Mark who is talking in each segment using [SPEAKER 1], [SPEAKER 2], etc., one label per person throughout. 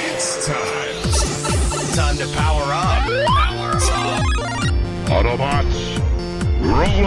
[SPEAKER 1] It's time. Time to power up. Power up.
[SPEAKER 2] Autobots, roll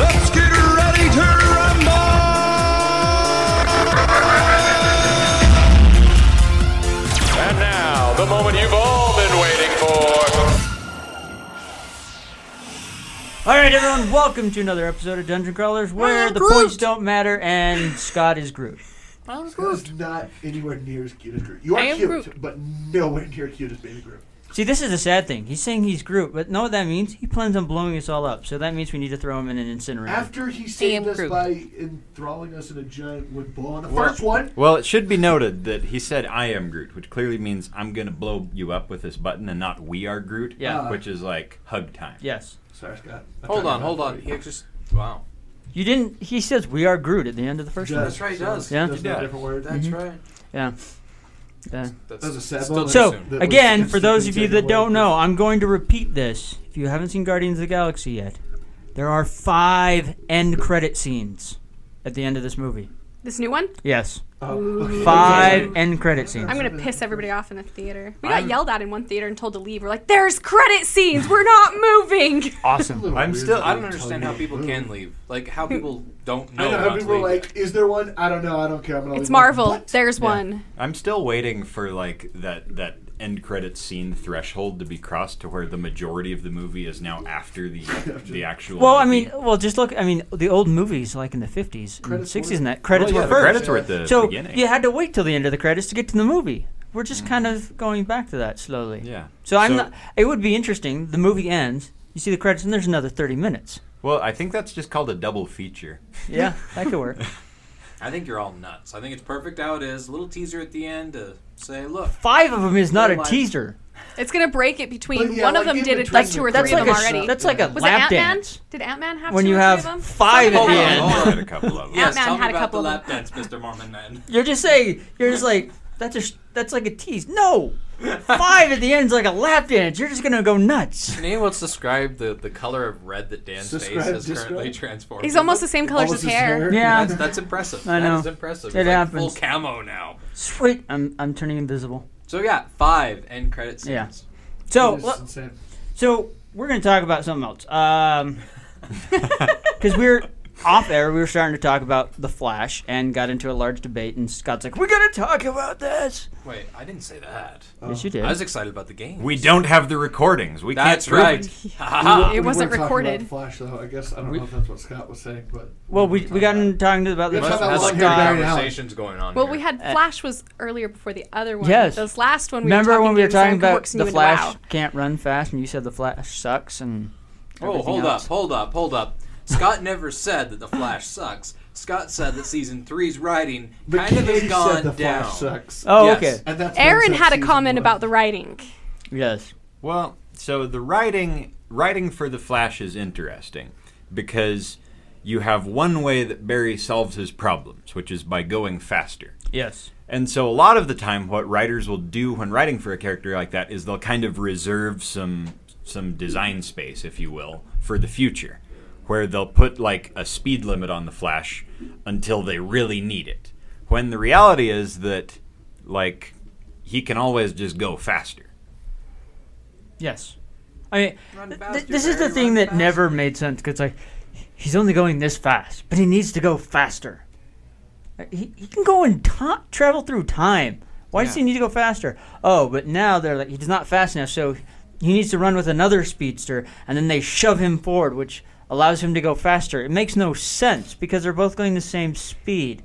[SPEAKER 1] Let's get ready to rumble.
[SPEAKER 3] And now, the moment you've all been waiting for.
[SPEAKER 4] All right, everyone, welcome to another episode of Dungeon Crawlers, where the points don't matter and Scott is Groot.
[SPEAKER 5] Groot's not anywhere near as cute as Groot. You are
[SPEAKER 6] I am
[SPEAKER 5] cute,
[SPEAKER 6] Groot.
[SPEAKER 5] but nowhere near cute as Baby Groot.
[SPEAKER 4] See, this is the sad thing. He's saying he's Groot, but know what that means? He plans on blowing us all up, so that means we need to throw him in an incinerator.
[SPEAKER 5] After he saved
[SPEAKER 6] am
[SPEAKER 5] us
[SPEAKER 6] Groot.
[SPEAKER 5] by enthralling us in a giant wood ball on the first one,
[SPEAKER 7] Well, it should be noted that he said "I am Groot," which clearly means I'm gonna blow you up with this button, and not "We are Groot,"
[SPEAKER 5] uh,
[SPEAKER 4] Yeah.
[SPEAKER 7] which is like hug time.
[SPEAKER 4] Yes.
[SPEAKER 5] sorry Scott. I'm
[SPEAKER 3] Hold
[SPEAKER 5] talking
[SPEAKER 3] on,
[SPEAKER 5] about
[SPEAKER 3] hold on.
[SPEAKER 5] Groot.
[SPEAKER 3] He just. Wow.
[SPEAKER 4] You didn't. He says we are Groot at the end of the first one.
[SPEAKER 3] That's right, he does.
[SPEAKER 4] Yeah.
[SPEAKER 5] That's not a different word.
[SPEAKER 3] That's right.
[SPEAKER 4] Yeah. Yeah.
[SPEAKER 3] That's,
[SPEAKER 5] That was a sad
[SPEAKER 3] still
[SPEAKER 5] moment.
[SPEAKER 3] too
[SPEAKER 4] So,
[SPEAKER 3] soon.
[SPEAKER 5] That was
[SPEAKER 4] again, for those of
[SPEAKER 5] instantly
[SPEAKER 4] you that
[SPEAKER 5] taken away.
[SPEAKER 4] don't know, I'm going to repeat this. If you haven't seen Guardians of the Galaxy yet, there are five end credit scenes at the end of this movie.
[SPEAKER 6] This new one?
[SPEAKER 4] Yes.
[SPEAKER 5] Oh, okay.
[SPEAKER 4] Five end credit scenes.
[SPEAKER 6] I'm gonna piss everybody off in the theater. We got yelled at in one theater and told to leave. We're like, "There's credit scenes. We're not moving."
[SPEAKER 4] Awesome.
[SPEAKER 5] Little
[SPEAKER 7] I'm
[SPEAKER 5] weird
[SPEAKER 7] still-
[SPEAKER 5] that
[SPEAKER 7] I
[SPEAKER 3] I
[SPEAKER 5] they tell
[SPEAKER 3] don't understand
[SPEAKER 5] you
[SPEAKER 3] how
[SPEAKER 5] to
[SPEAKER 3] people
[SPEAKER 5] move.
[SPEAKER 3] can leave. Like, how people
[SPEAKER 5] I
[SPEAKER 3] don't Hmm. know.
[SPEAKER 5] know
[SPEAKER 3] about
[SPEAKER 5] how people are
[SPEAKER 3] leaving.
[SPEAKER 5] like, is there one? I don't know. I don't care. I'm gonna
[SPEAKER 6] It's
[SPEAKER 5] leave one."
[SPEAKER 6] Marvel.
[SPEAKER 5] What?
[SPEAKER 6] There's one.
[SPEAKER 7] I'm still waiting for like that that end credit scene threshold to be crossed to where the majority of the movie is now after the the actual.
[SPEAKER 4] Well, I
[SPEAKER 7] movie.
[SPEAKER 4] mean, well, just look. I mean, the old movies, like in the fifties and
[SPEAKER 5] Credits
[SPEAKER 4] sixties,
[SPEAKER 5] were-
[SPEAKER 4] and that credits
[SPEAKER 7] Well, Oh,
[SPEAKER 4] were
[SPEAKER 7] yeah, the
[SPEAKER 4] first.
[SPEAKER 7] credits were at the
[SPEAKER 4] so
[SPEAKER 7] beginning. Mm.
[SPEAKER 4] you had to wait till the end of the credits to get to the movie. We're just kind of going back to that slowly.
[SPEAKER 7] Yeah.
[SPEAKER 4] So I'm
[SPEAKER 7] So-
[SPEAKER 4] not. It would be interesting. The movie ends. You see the credits, and there's another thirty minutes.
[SPEAKER 7] Well, I think that's just called a double feature.
[SPEAKER 4] Yeah, that could work.
[SPEAKER 3] I think you're all nuts. I think it's perfect how it is. A little teaser at the end to say, look.
[SPEAKER 4] Five of them is not a
[SPEAKER 3] Realize-
[SPEAKER 4] teaser.
[SPEAKER 6] It's gonna break it between.
[SPEAKER 5] But yeah,
[SPEAKER 6] one
[SPEAKER 5] like
[SPEAKER 6] of them
[SPEAKER 5] in
[SPEAKER 6] did it
[SPEAKER 5] between
[SPEAKER 6] like two or
[SPEAKER 5] the
[SPEAKER 6] three
[SPEAKER 4] That's
[SPEAKER 6] of
[SPEAKER 4] like
[SPEAKER 6] them
[SPEAKER 4] a
[SPEAKER 6] already.
[SPEAKER 4] that's like a
[SPEAKER 6] Was it
[SPEAKER 4] lap
[SPEAKER 6] Ant Man?
[SPEAKER 4] dance.
[SPEAKER 6] Did Ant Man have
[SPEAKER 4] When
[SPEAKER 6] two
[SPEAKER 4] you
[SPEAKER 6] or
[SPEAKER 4] have
[SPEAKER 6] three of them?
[SPEAKER 4] five
[SPEAKER 6] Someone
[SPEAKER 4] at the
[SPEAKER 6] had
[SPEAKER 4] end.
[SPEAKER 6] one.
[SPEAKER 7] I'll add a couple of them.
[SPEAKER 3] Yes,
[SPEAKER 6] Ant-Man
[SPEAKER 3] tell me
[SPEAKER 6] had a
[SPEAKER 3] about
[SPEAKER 6] couple
[SPEAKER 3] the
[SPEAKER 6] of
[SPEAKER 3] lap dance, Mr. Mormon Man.
[SPEAKER 4] You're just saying. You're just like that's a sh- that's like a tease. No, five at the end is like a lap dance. You're just gonna go nuts.
[SPEAKER 3] Can anyone else describe the, the color of red that Dan's face
[SPEAKER 5] Subscribe,
[SPEAKER 3] has currently
[SPEAKER 5] describe.
[SPEAKER 3] transformed?
[SPEAKER 6] He's almost the same color as
[SPEAKER 5] Almost
[SPEAKER 6] his hair.
[SPEAKER 4] Yeah.
[SPEAKER 3] That's, that's impressive.
[SPEAKER 4] I know.
[SPEAKER 3] That's impressive.
[SPEAKER 4] It
[SPEAKER 3] He's like full
[SPEAKER 4] happens.
[SPEAKER 3] camo now.
[SPEAKER 4] Sweet. I'm I'm turning invisible.
[SPEAKER 3] So yeah, five end credit scenes.
[SPEAKER 4] Yeah. So.
[SPEAKER 5] This is
[SPEAKER 4] let-
[SPEAKER 5] insane.
[SPEAKER 4] So we're going to talk about something else. Um, because we are off air, we were starting to talk about the Flash and got into a large debate. And Scott's like, "We're going to talk about this."
[SPEAKER 3] Wait, I didn't say that.
[SPEAKER 5] Oh.
[SPEAKER 4] Oh. Yes, you did.
[SPEAKER 3] I was excited about the game.
[SPEAKER 7] We don't have the recordings. We
[SPEAKER 3] That's
[SPEAKER 7] can't prove
[SPEAKER 3] right.
[SPEAKER 7] it.
[SPEAKER 3] Ha
[SPEAKER 6] Ah. It
[SPEAKER 5] We
[SPEAKER 6] wasn't
[SPEAKER 5] weren't talking about
[SPEAKER 6] recorded.
[SPEAKER 5] Flash, though. I guess I don't
[SPEAKER 4] We-
[SPEAKER 5] know if that's what Scott was saying, but
[SPEAKER 4] well, we we got into talking about the
[SPEAKER 5] Let's
[SPEAKER 3] ha.
[SPEAKER 5] talk about
[SPEAKER 3] That's
[SPEAKER 4] Scott.
[SPEAKER 3] like
[SPEAKER 5] Long Hair Barry Allen.
[SPEAKER 3] conversations going on.
[SPEAKER 6] Well,
[SPEAKER 3] here.
[SPEAKER 6] we had Flash was earlier before the other one.
[SPEAKER 4] Yes.
[SPEAKER 6] This last one. We
[SPEAKER 4] Remember
[SPEAKER 6] were
[SPEAKER 4] when we were talking
[SPEAKER 6] talking to
[SPEAKER 4] about
[SPEAKER 6] Xanderworks and you
[SPEAKER 4] the
[SPEAKER 6] went,
[SPEAKER 4] Flash
[SPEAKER 6] "Wow."
[SPEAKER 4] can't run fast, and you said the Flash sucks, and
[SPEAKER 3] Oh,
[SPEAKER 4] everything
[SPEAKER 3] hold
[SPEAKER 4] else.
[SPEAKER 3] up, hold up, hold up. Scott never said that the Flash sucks. Scott said that season three's writing
[SPEAKER 5] But
[SPEAKER 3] kind of has
[SPEAKER 5] Katie
[SPEAKER 3] gone
[SPEAKER 5] said the
[SPEAKER 3] down.
[SPEAKER 5] Flash sucks.
[SPEAKER 4] Oh,
[SPEAKER 3] Yes.
[SPEAKER 4] okay.
[SPEAKER 5] And that's
[SPEAKER 6] Aaron had a comment about the writing.
[SPEAKER 4] Yes.
[SPEAKER 7] Well, so the writing writing for the Flash is interesting because you have one way that Barry solves his problems, which is by going faster.
[SPEAKER 4] Yes.
[SPEAKER 7] And so a lot of the time what writers will do when writing for a character like that is they'll kind of reserve some some design space, if you will, for the future, where they'll put like a speed limit on the Flash until they really need it. When the reality is that like he can always just go faster.
[SPEAKER 4] Yes. I mean,
[SPEAKER 3] Run
[SPEAKER 4] th-
[SPEAKER 3] faster,
[SPEAKER 4] this is the
[SPEAKER 3] Barry,
[SPEAKER 4] thing
[SPEAKER 3] run
[SPEAKER 4] that never
[SPEAKER 3] faster.
[SPEAKER 4] made sense because, like, he's only going this fast, but he needs to go faster. Like, He, he can go and ti travel through time. Why does he need to go faster? Oh, but now they're like, he's not fast enough, so he needs to run with another speedster, and then they shove him forward, which allows him to go faster. It makes no sense because they're both going the same speed.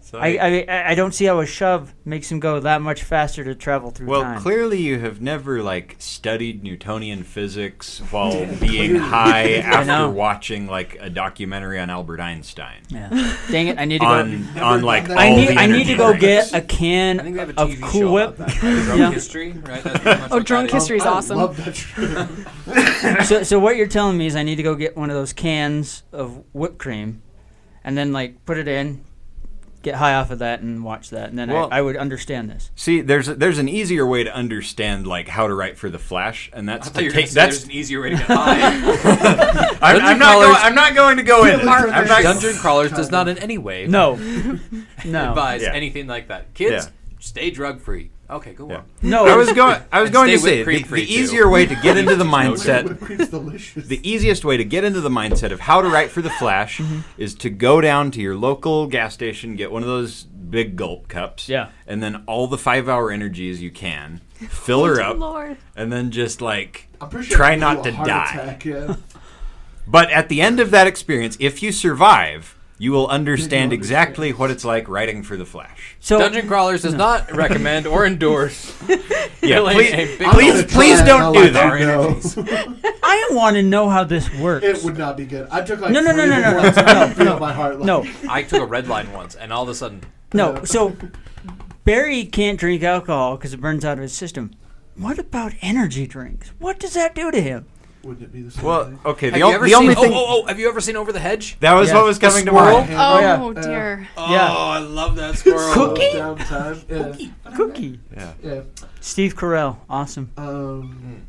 [SPEAKER 7] So
[SPEAKER 4] I, I- I I don't see how a shove makes him go that much faster to travel through
[SPEAKER 7] well,
[SPEAKER 4] time.
[SPEAKER 7] clearly you have never like studied Newtonian physics while being high
[SPEAKER 4] know.
[SPEAKER 7] after watching like a documentary on Albert Einstein.
[SPEAKER 4] Yeah. Dang it! I need to go.
[SPEAKER 7] On on like all
[SPEAKER 5] I
[SPEAKER 4] I need
[SPEAKER 7] the
[SPEAKER 4] I need
[SPEAKER 7] energy
[SPEAKER 4] to go
[SPEAKER 7] drinks.
[SPEAKER 4] get a
[SPEAKER 3] I think
[SPEAKER 4] can
[SPEAKER 3] we have a
[SPEAKER 4] of
[SPEAKER 3] TV
[SPEAKER 4] Cool
[SPEAKER 3] show about
[SPEAKER 4] Whip.
[SPEAKER 3] that, right? Drunk
[SPEAKER 4] Yeah.
[SPEAKER 3] History, right? That's pretty much
[SPEAKER 6] Oh,
[SPEAKER 3] what
[SPEAKER 6] drunk
[SPEAKER 3] that is.
[SPEAKER 6] history is
[SPEAKER 5] I
[SPEAKER 6] awesome.
[SPEAKER 5] love that show.
[SPEAKER 4] So, so what you're telling me is I need to go get one of those cans of whipped cream, and then like put it in, get high off of that, and watch that, and then
[SPEAKER 7] Well-
[SPEAKER 4] I, I would understand this.
[SPEAKER 7] See, there's there's an easier way to understand like how to write for the Flash, and that's
[SPEAKER 3] I
[SPEAKER 7] to
[SPEAKER 3] thought you were
[SPEAKER 7] take
[SPEAKER 3] gonna say there's
[SPEAKER 7] that's.
[SPEAKER 3] an easier way to get high.
[SPEAKER 7] I'm, I'm not
[SPEAKER 8] Dungeon
[SPEAKER 7] going, I'm not going to go in. it. I'm not-
[SPEAKER 8] Dungeon Crawlers does not in any way
[SPEAKER 4] No, no,
[SPEAKER 3] advise
[SPEAKER 7] Yeah.
[SPEAKER 3] anything like that. Kids,
[SPEAKER 7] Yeah.
[SPEAKER 3] stay drug free. Okay, go
[SPEAKER 7] Yeah.
[SPEAKER 3] on.
[SPEAKER 4] no.
[SPEAKER 7] I was going. I was
[SPEAKER 3] And
[SPEAKER 7] going to say
[SPEAKER 3] stay whipped cream
[SPEAKER 7] the, the
[SPEAKER 3] free, too.
[SPEAKER 7] easier way to get into the
[SPEAKER 5] Whipped
[SPEAKER 7] mindset.
[SPEAKER 5] cream's delicious.
[SPEAKER 7] The easiest way to get into the mindset of how to write for the Flash
[SPEAKER 3] Mm-hmm.
[SPEAKER 7] is to go down to your local gas station, get one of those big gulp cups,
[SPEAKER 4] Yeah.
[SPEAKER 7] and then all the five-hour energies you can, fill her
[SPEAKER 6] Dear
[SPEAKER 7] up,
[SPEAKER 6] Lord.
[SPEAKER 7] and then just like
[SPEAKER 5] I'm pretty sure
[SPEAKER 7] try
[SPEAKER 5] it gives you
[SPEAKER 7] not
[SPEAKER 5] a
[SPEAKER 7] to
[SPEAKER 5] heart
[SPEAKER 7] die.
[SPEAKER 5] attack, yeah.
[SPEAKER 7] But at the end of that experience, if you survive, you will understand exactly what it's like writing for the Flash.
[SPEAKER 4] so
[SPEAKER 8] Dungeon Crawlers does not recommend or endorse.
[SPEAKER 7] Yeah,
[SPEAKER 8] Killing
[SPEAKER 7] please,
[SPEAKER 8] a big
[SPEAKER 7] please,
[SPEAKER 5] I'm gonna
[SPEAKER 7] please
[SPEAKER 5] try it,
[SPEAKER 7] don't
[SPEAKER 5] I'll
[SPEAKER 7] do
[SPEAKER 5] let
[SPEAKER 7] that.
[SPEAKER 5] you know.
[SPEAKER 4] I want to know how this works.
[SPEAKER 5] It would not be good. I took like
[SPEAKER 4] No, no, no,
[SPEAKER 5] three
[SPEAKER 4] no, no,
[SPEAKER 5] before
[SPEAKER 4] no,
[SPEAKER 5] I started
[SPEAKER 4] no,
[SPEAKER 5] to feel my heart. Like,
[SPEAKER 4] no,
[SPEAKER 8] I took a red line once, and all of a sudden,
[SPEAKER 4] no. So Barry can't drink alcohol because it burns out of his system. What about energy drinks? What does that do to him?
[SPEAKER 5] wouldn't it be the same?
[SPEAKER 7] Well,
[SPEAKER 5] thing?
[SPEAKER 7] okay. The,
[SPEAKER 8] have
[SPEAKER 7] o-
[SPEAKER 8] you ever
[SPEAKER 7] the
[SPEAKER 8] seen?
[SPEAKER 7] only
[SPEAKER 8] oh,
[SPEAKER 7] thing
[SPEAKER 8] oh, oh, have you ever seen Over the Hedge?
[SPEAKER 7] that was
[SPEAKER 4] Yeah.
[SPEAKER 7] what was coming to
[SPEAKER 8] squirrel?
[SPEAKER 7] mind.
[SPEAKER 6] Oh,
[SPEAKER 4] yeah.
[SPEAKER 6] dear.
[SPEAKER 4] yeah.
[SPEAKER 3] Oh, I love that squirrel.
[SPEAKER 4] Cookie?
[SPEAKER 5] downtime. Yeah.
[SPEAKER 4] Cookie.
[SPEAKER 5] Yeah.
[SPEAKER 4] Steve Carell. Awesome.
[SPEAKER 5] Um,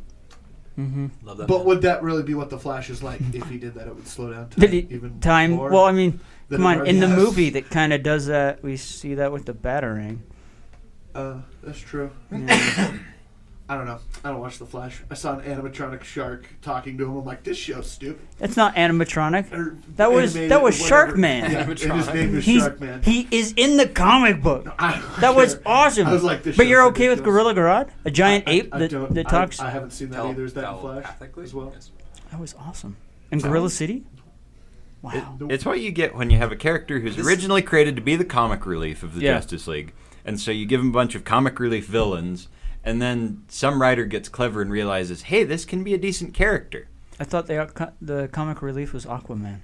[SPEAKER 3] Love that.
[SPEAKER 5] but would that really be what the Flash is like if he did that? It would slow down time
[SPEAKER 4] Did he,
[SPEAKER 5] even
[SPEAKER 4] time.
[SPEAKER 5] more.
[SPEAKER 4] well, I mean,
[SPEAKER 5] than
[SPEAKER 4] come
[SPEAKER 5] it
[SPEAKER 4] on.
[SPEAKER 5] already
[SPEAKER 4] In the
[SPEAKER 5] has.
[SPEAKER 4] movie that kind of does that, we see that with the batarang.
[SPEAKER 5] uh, that's true. I don't know. I don't watch the Flash. I saw an animatronic shark talking to him. I'm like, this show's stupid.
[SPEAKER 4] That's not animatronic.
[SPEAKER 5] Or
[SPEAKER 4] That was-
[SPEAKER 5] animated
[SPEAKER 4] that
[SPEAKER 5] or
[SPEAKER 4] was
[SPEAKER 5] whatever.
[SPEAKER 4] Sharkman.
[SPEAKER 5] Yeah, and his name was
[SPEAKER 4] He's,
[SPEAKER 5] Sharkman.
[SPEAKER 4] he is in the comic book.
[SPEAKER 5] I don't
[SPEAKER 4] That was
[SPEAKER 5] care.
[SPEAKER 4] awesome.
[SPEAKER 5] I was like, this
[SPEAKER 4] but
[SPEAKER 5] show's
[SPEAKER 4] you're okay with
[SPEAKER 5] ridiculous.
[SPEAKER 4] Gorilla Garage, a giant
[SPEAKER 5] I-
[SPEAKER 4] ape
[SPEAKER 5] I
[SPEAKER 4] that,
[SPEAKER 5] don't-
[SPEAKER 4] that
[SPEAKER 5] I-
[SPEAKER 4] talks.
[SPEAKER 5] I, haven't seen that
[SPEAKER 3] Tele-
[SPEAKER 5] either. Is that in Flash
[SPEAKER 3] telepathically?
[SPEAKER 5] as well?
[SPEAKER 3] Yes.
[SPEAKER 4] that was awesome. And Gorilla City. Wow.
[SPEAKER 5] Nope.
[SPEAKER 7] It's what you get when you have a character who's originally created to be the comic relief of the
[SPEAKER 4] Yeah.
[SPEAKER 7] Justice League, and so you give him a bunch of comic relief villains, and then some writer gets clever and realizes, hey, this can be a decent character.
[SPEAKER 4] I thought they, co- the comic relief was Aquaman.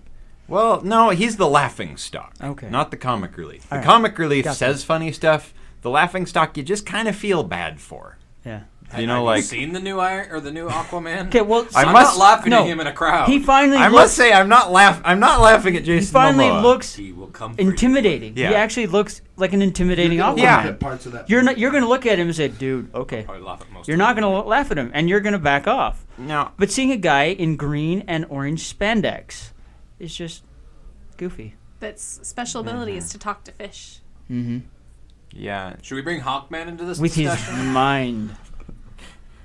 [SPEAKER 7] Well, no, he's the laughing stock.
[SPEAKER 4] Okay.
[SPEAKER 7] Not the comic relief. The
[SPEAKER 4] All right.
[SPEAKER 7] comic relief
[SPEAKER 4] Gotcha.
[SPEAKER 7] says funny stuff. The laughing stock you just kind of feel bad for.
[SPEAKER 4] Yeah.
[SPEAKER 7] You
[SPEAKER 3] Have
[SPEAKER 7] know,
[SPEAKER 3] you
[SPEAKER 7] like
[SPEAKER 3] seen the new Iron or the new Aquaman?
[SPEAKER 4] Okay. Well,
[SPEAKER 7] I
[SPEAKER 3] I'm
[SPEAKER 7] must-
[SPEAKER 3] not laughing
[SPEAKER 4] no.
[SPEAKER 3] at him in a crowd.
[SPEAKER 4] he finally.
[SPEAKER 7] I
[SPEAKER 4] looks,
[SPEAKER 7] must say, I'm not laugh. I'm not laughing at Jason.
[SPEAKER 4] he finally
[SPEAKER 7] Momoa.
[SPEAKER 4] looks
[SPEAKER 3] He will come. for you.
[SPEAKER 4] intimidating.
[SPEAKER 7] Yeah.
[SPEAKER 4] He actually looks like an intimidating
[SPEAKER 5] You're
[SPEAKER 4] Aquaman.
[SPEAKER 5] gonna
[SPEAKER 7] Yeah.
[SPEAKER 5] look at parts of that.
[SPEAKER 4] You're not. You're gonna look at him and say, "Dude, okay."
[SPEAKER 3] Probably laugh at most.
[SPEAKER 4] You're
[SPEAKER 3] of
[SPEAKER 4] not
[SPEAKER 3] them.
[SPEAKER 4] gonna lo- laugh at him, and you're gonna back off.
[SPEAKER 7] No,
[SPEAKER 4] But seeing a guy in green and orange spandex is just goofy.
[SPEAKER 6] That's special ability is to talk to fish.
[SPEAKER 7] yeah.
[SPEAKER 3] Should we bring Hawkman into this
[SPEAKER 4] With his
[SPEAKER 3] discussion?
[SPEAKER 4] mind.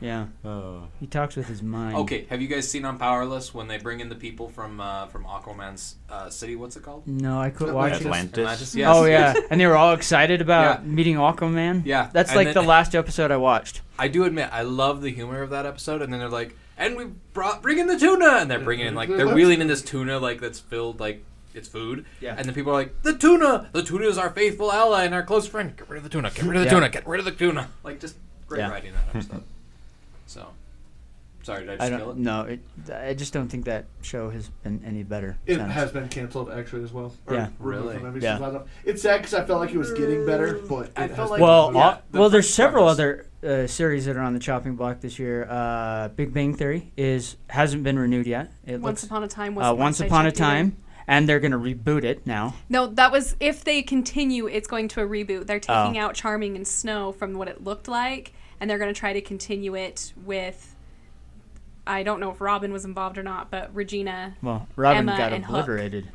[SPEAKER 4] Yeah.
[SPEAKER 5] Oh.
[SPEAKER 4] He talks with his mind.
[SPEAKER 3] Okay, have you guys seen on Powerless when they bring in the people from uh, from Aquaman's uh, city? What's it called?
[SPEAKER 4] No, I quit
[SPEAKER 5] Atlantis.
[SPEAKER 4] watching.
[SPEAKER 7] Atlantis.
[SPEAKER 3] Atlantis. Yes.
[SPEAKER 4] Oh yeah, and they were all excited about
[SPEAKER 3] Yeah.
[SPEAKER 4] meeting Aquaman.
[SPEAKER 3] Yeah,
[SPEAKER 4] that's
[SPEAKER 3] and
[SPEAKER 4] like
[SPEAKER 3] then-
[SPEAKER 4] the last episode I watched.
[SPEAKER 3] I do admit I love the humor of that episode, and then they're like, "And we brought bring in the tuna," and they're bringing in like they're wheeling in this tuna like that's filled like it's food,
[SPEAKER 4] Yeah.
[SPEAKER 3] and the people are like, "The tuna, the tuna is our faithful ally and our close friend. Get rid of the tuna, get rid of the
[SPEAKER 4] Yeah.
[SPEAKER 3] tuna, get rid of the tuna." Like just great
[SPEAKER 4] Yeah.
[SPEAKER 3] writing that episode. so, sorry, did I
[SPEAKER 4] I
[SPEAKER 3] just kill
[SPEAKER 4] don't
[SPEAKER 3] it?
[SPEAKER 4] know. It, I just don't think that show has been any better.
[SPEAKER 5] It
[SPEAKER 4] since.
[SPEAKER 5] has been canceled actually as well.
[SPEAKER 4] Yeah.
[SPEAKER 5] removed
[SPEAKER 3] Really? Mm,
[SPEAKER 5] from every
[SPEAKER 4] Yeah.
[SPEAKER 5] season. It's sad because I felt like it was getting better, but
[SPEAKER 3] I
[SPEAKER 5] it
[SPEAKER 3] felt
[SPEAKER 5] has
[SPEAKER 3] like-
[SPEAKER 5] been
[SPEAKER 4] Well,
[SPEAKER 5] removed.
[SPEAKER 3] Yeah,
[SPEAKER 4] all-
[SPEAKER 3] the
[SPEAKER 4] well, there's
[SPEAKER 3] first
[SPEAKER 4] several
[SPEAKER 3] premise.
[SPEAKER 4] other uh, series that are on the chopping block this year. Uh, Big Bang Theory is hasn't been renewed yet. It
[SPEAKER 6] Once
[SPEAKER 4] looks,
[SPEAKER 6] upon a time was
[SPEAKER 4] uh,
[SPEAKER 6] the
[SPEAKER 4] once
[SPEAKER 6] last I
[SPEAKER 4] upon a
[SPEAKER 6] checked either.
[SPEAKER 4] time, and they're going to reboot it now.
[SPEAKER 6] No, that was if they continue, it's going to a reboot. They're
[SPEAKER 4] Oh.
[SPEAKER 6] taking out Charming and Snow from what it looked like, and they're going to try to continue it with. I don't know if Robin was involved or not, but Regina.
[SPEAKER 4] Well, Robin
[SPEAKER 6] Emma
[SPEAKER 4] got
[SPEAKER 6] and Hook.
[SPEAKER 4] obliterated.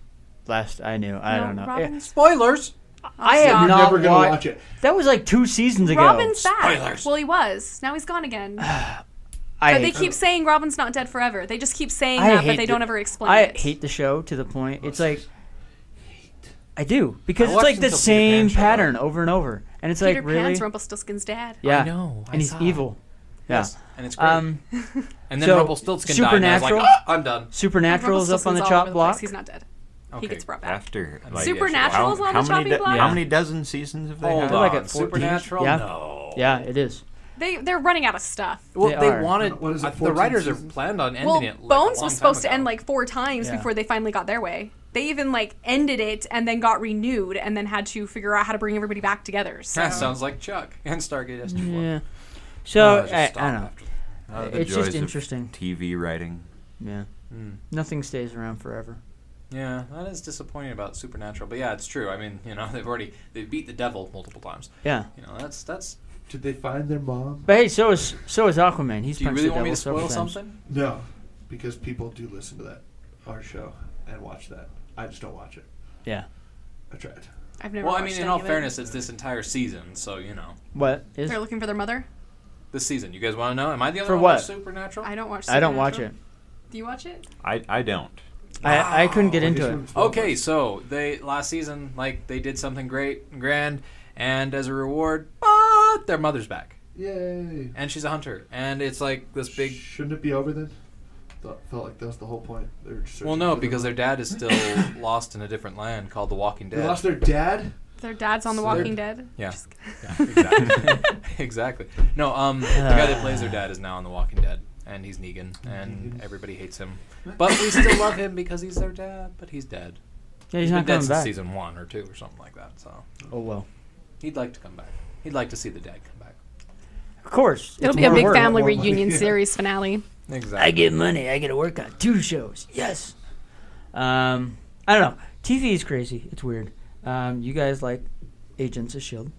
[SPEAKER 4] Last I knew, I
[SPEAKER 6] No,
[SPEAKER 4] don't know.
[SPEAKER 6] Robin-
[SPEAKER 3] Spoilers.
[SPEAKER 4] I have
[SPEAKER 6] You're
[SPEAKER 4] not
[SPEAKER 5] never gonna
[SPEAKER 4] wa-
[SPEAKER 5] watch it.
[SPEAKER 4] That was like two seasons ago.
[SPEAKER 6] Robin's back.
[SPEAKER 3] Spoilers.
[SPEAKER 6] Well, he was. Now he's gone again.
[SPEAKER 4] I
[SPEAKER 6] But they
[SPEAKER 4] hate-
[SPEAKER 6] keep saying Robin's not dead forever. They just keep saying
[SPEAKER 4] I
[SPEAKER 6] that,
[SPEAKER 4] hate
[SPEAKER 6] but they don't
[SPEAKER 4] the-
[SPEAKER 6] ever explain
[SPEAKER 4] I
[SPEAKER 6] it.
[SPEAKER 4] hate the show to the point it's like I do because
[SPEAKER 3] I
[SPEAKER 4] it's like
[SPEAKER 3] watched
[SPEAKER 4] the
[SPEAKER 3] until Peter Pan
[SPEAKER 4] same
[SPEAKER 3] showed up.
[SPEAKER 4] pattern over and over, and it's
[SPEAKER 6] Peter
[SPEAKER 4] like really,
[SPEAKER 6] Pan's Rumpelstiltskin's dad.
[SPEAKER 4] yeah,
[SPEAKER 8] know, I
[SPEAKER 4] and he's
[SPEAKER 8] saw.
[SPEAKER 4] evil. Yeah.
[SPEAKER 3] Yes, and it's great.
[SPEAKER 4] Um,
[SPEAKER 3] and then
[SPEAKER 4] so,
[SPEAKER 3] Rumpelstiltskin died, and I was like,
[SPEAKER 4] Supernatural?
[SPEAKER 3] "Ah, "I'm done."
[SPEAKER 4] Supernatural is up on
[SPEAKER 6] Rumpelstiltskin's
[SPEAKER 4] the
[SPEAKER 6] all over
[SPEAKER 4] chop
[SPEAKER 6] place.
[SPEAKER 4] block.
[SPEAKER 6] He's not dead. he gets brought back.
[SPEAKER 7] After like,
[SPEAKER 6] Supernatural's
[SPEAKER 7] how,
[SPEAKER 6] on
[SPEAKER 7] how
[SPEAKER 6] the
[SPEAKER 7] many
[SPEAKER 6] chopping
[SPEAKER 7] do-
[SPEAKER 6] block?
[SPEAKER 7] How many dozen seasons have they
[SPEAKER 8] Hold
[SPEAKER 7] had?
[SPEAKER 8] on.
[SPEAKER 4] like at 14?
[SPEAKER 8] Supernatural?
[SPEAKER 4] Yeah.
[SPEAKER 8] No.
[SPEAKER 4] Yeah, it is.
[SPEAKER 6] They they're running out of stuff.
[SPEAKER 8] Well,
[SPEAKER 4] They
[SPEAKER 8] they,
[SPEAKER 4] are.
[SPEAKER 8] wanted.
[SPEAKER 5] What is it,
[SPEAKER 8] uh, the
[SPEAKER 5] 14
[SPEAKER 8] writers are
[SPEAKER 5] seasons?
[SPEAKER 8] planned on ending
[SPEAKER 6] well,
[SPEAKER 8] it. like, a
[SPEAKER 6] Bones
[SPEAKER 8] long
[SPEAKER 6] was supposed
[SPEAKER 8] time
[SPEAKER 6] to end
[SPEAKER 8] ago.
[SPEAKER 6] like four times
[SPEAKER 4] Yeah.
[SPEAKER 6] before they finally got their way. They even like ended it and then got renewed and then had to figure out how to bring everybody back together. So
[SPEAKER 3] That sounds like Chuck and Stargate SG-1.
[SPEAKER 4] Yeah. So
[SPEAKER 3] Uh, Oh, just
[SPEAKER 4] I, I
[SPEAKER 3] stop
[SPEAKER 4] don't know.
[SPEAKER 3] after
[SPEAKER 7] Oh, the
[SPEAKER 4] It's just
[SPEAKER 7] joys of
[SPEAKER 4] interesting.
[SPEAKER 7] TV writing.
[SPEAKER 4] Yeah. Nothing stays around forever.
[SPEAKER 3] Yeah, that is disappointing about Supernatural, but yeah, it's true. I mean, you know, they've already they beat the devil multiple times.
[SPEAKER 4] Yeah.
[SPEAKER 3] You know, that's that's.
[SPEAKER 5] Did they find their mom?
[SPEAKER 4] But hey, so is so is Aquaman. He's
[SPEAKER 3] Do you
[SPEAKER 4] punched
[SPEAKER 3] really
[SPEAKER 4] the
[SPEAKER 3] want me
[SPEAKER 4] devil
[SPEAKER 3] to spoil
[SPEAKER 4] several times.
[SPEAKER 3] something?
[SPEAKER 5] No, because people do listen to that our show and watch that. I just don't watch it.
[SPEAKER 4] Yeah.
[SPEAKER 5] I tried.
[SPEAKER 6] I've never.
[SPEAKER 3] Well, I
[SPEAKER 6] watched
[SPEAKER 3] mean, in
[SPEAKER 6] any
[SPEAKER 3] all
[SPEAKER 6] of it.
[SPEAKER 3] fairness, it's this entire season, so you know,
[SPEAKER 4] What is?
[SPEAKER 6] they're looking for their mother.
[SPEAKER 3] this season. You guys want to know? Am I the only
[SPEAKER 4] For
[SPEAKER 3] one with
[SPEAKER 4] what?
[SPEAKER 3] Supernatural?
[SPEAKER 6] I don't watch.
[SPEAKER 4] I don't watch it.
[SPEAKER 6] Supernatural. Do you watch it?
[SPEAKER 7] I, I don't.
[SPEAKER 4] I, I couldn't
[SPEAKER 3] Oh,
[SPEAKER 4] get into
[SPEAKER 5] Just
[SPEAKER 4] it.
[SPEAKER 5] wanted to-
[SPEAKER 3] Okay, so they last season, like they did something great and grand, and as a reward, but their mother's back,
[SPEAKER 5] Yay.
[SPEAKER 3] and she's a hunter, and it's like this big.
[SPEAKER 5] Shouldn't it be over then? Thought, felt like that was the whole point. They were just
[SPEAKER 3] Well,
[SPEAKER 5] searching for
[SPEAKER 3] no,
[SPEAKER 5] their
[SPEAKER 3] because
[SPEAKER 5] mom.
[SPEAKER 3] their dad is still lost in a different land called The Walking Dead.
[SPEAKER 5] they lost their dad.
[SPEAKER 6] Their dad's on The
[SPEAKER 5] So they're-
[SPEAKER 6] Walking Dead.
[SPEAKER 3] Yeah. exactly. exactly. No, um, the guy that plays their dad is now on The Walking Dead, and he's Negan, and everybody hates him. But we still love him because he's their dad, but he's dead.
[SPEAKER 4] Yeah, he's,
[SPEAKER 3] he's
[SPEAKER 4] not
[SPEAKER 3] been dead
[SPEAKER 4] coming
[SPEAKER 3] since
[SPEAKER 4] back.
[SPEAKER 3] season one or two or something like that, so
[SPEAKER 4] Oh well.
[SPEAKER 3] he'd like to come back. He'd like to see the dad come back.
[SPEAKER 4] Of course.
[SPEAKER 6] It'll
[SPEAKER 4] it's
[SPEAKER 6] be a
[SPEAKER 4] more
[SPEAKER 6] big
[SPEAKER 4] work.
[SPEAKER 6] family reunion series finale.
[SPEAKER 3] Exactly.
[SPEAKER 4] I get money. I get to work on two shows. Yes. Um, I don't know. TV is crazy. It's weird. Um, you guys like Agents of Shield?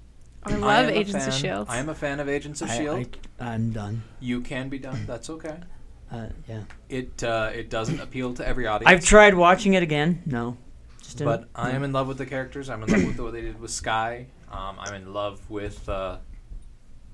[SPEAKER 6] I E
[SPEAKER 3] I
[SPEAKER 6] love
[SPEAKER 3] am a
[SPEAKER 6] Agents of
[SPEAKER 3] fan-
[SPEAKER 6] Shield.
[SPEAKER 3] I E am a fan of Agents of
[SPEAKER 4] I-
[SPEAKER 3] Shield.
[SPEAKER 4] I, am done.
[SPEAKER 3] you can be done. That's okay.
[SPEAKER 4] Uh, yeah.
[SPEAKER 3] It uh, it doesn't appeal to every audience.
[SPEAKER 4] I've tried watching it again. No. Just didn't.
[SPEAKER 3] But I am in love with the characters. I'm in love with what they did with Sky. Um, I'm in love with, uh,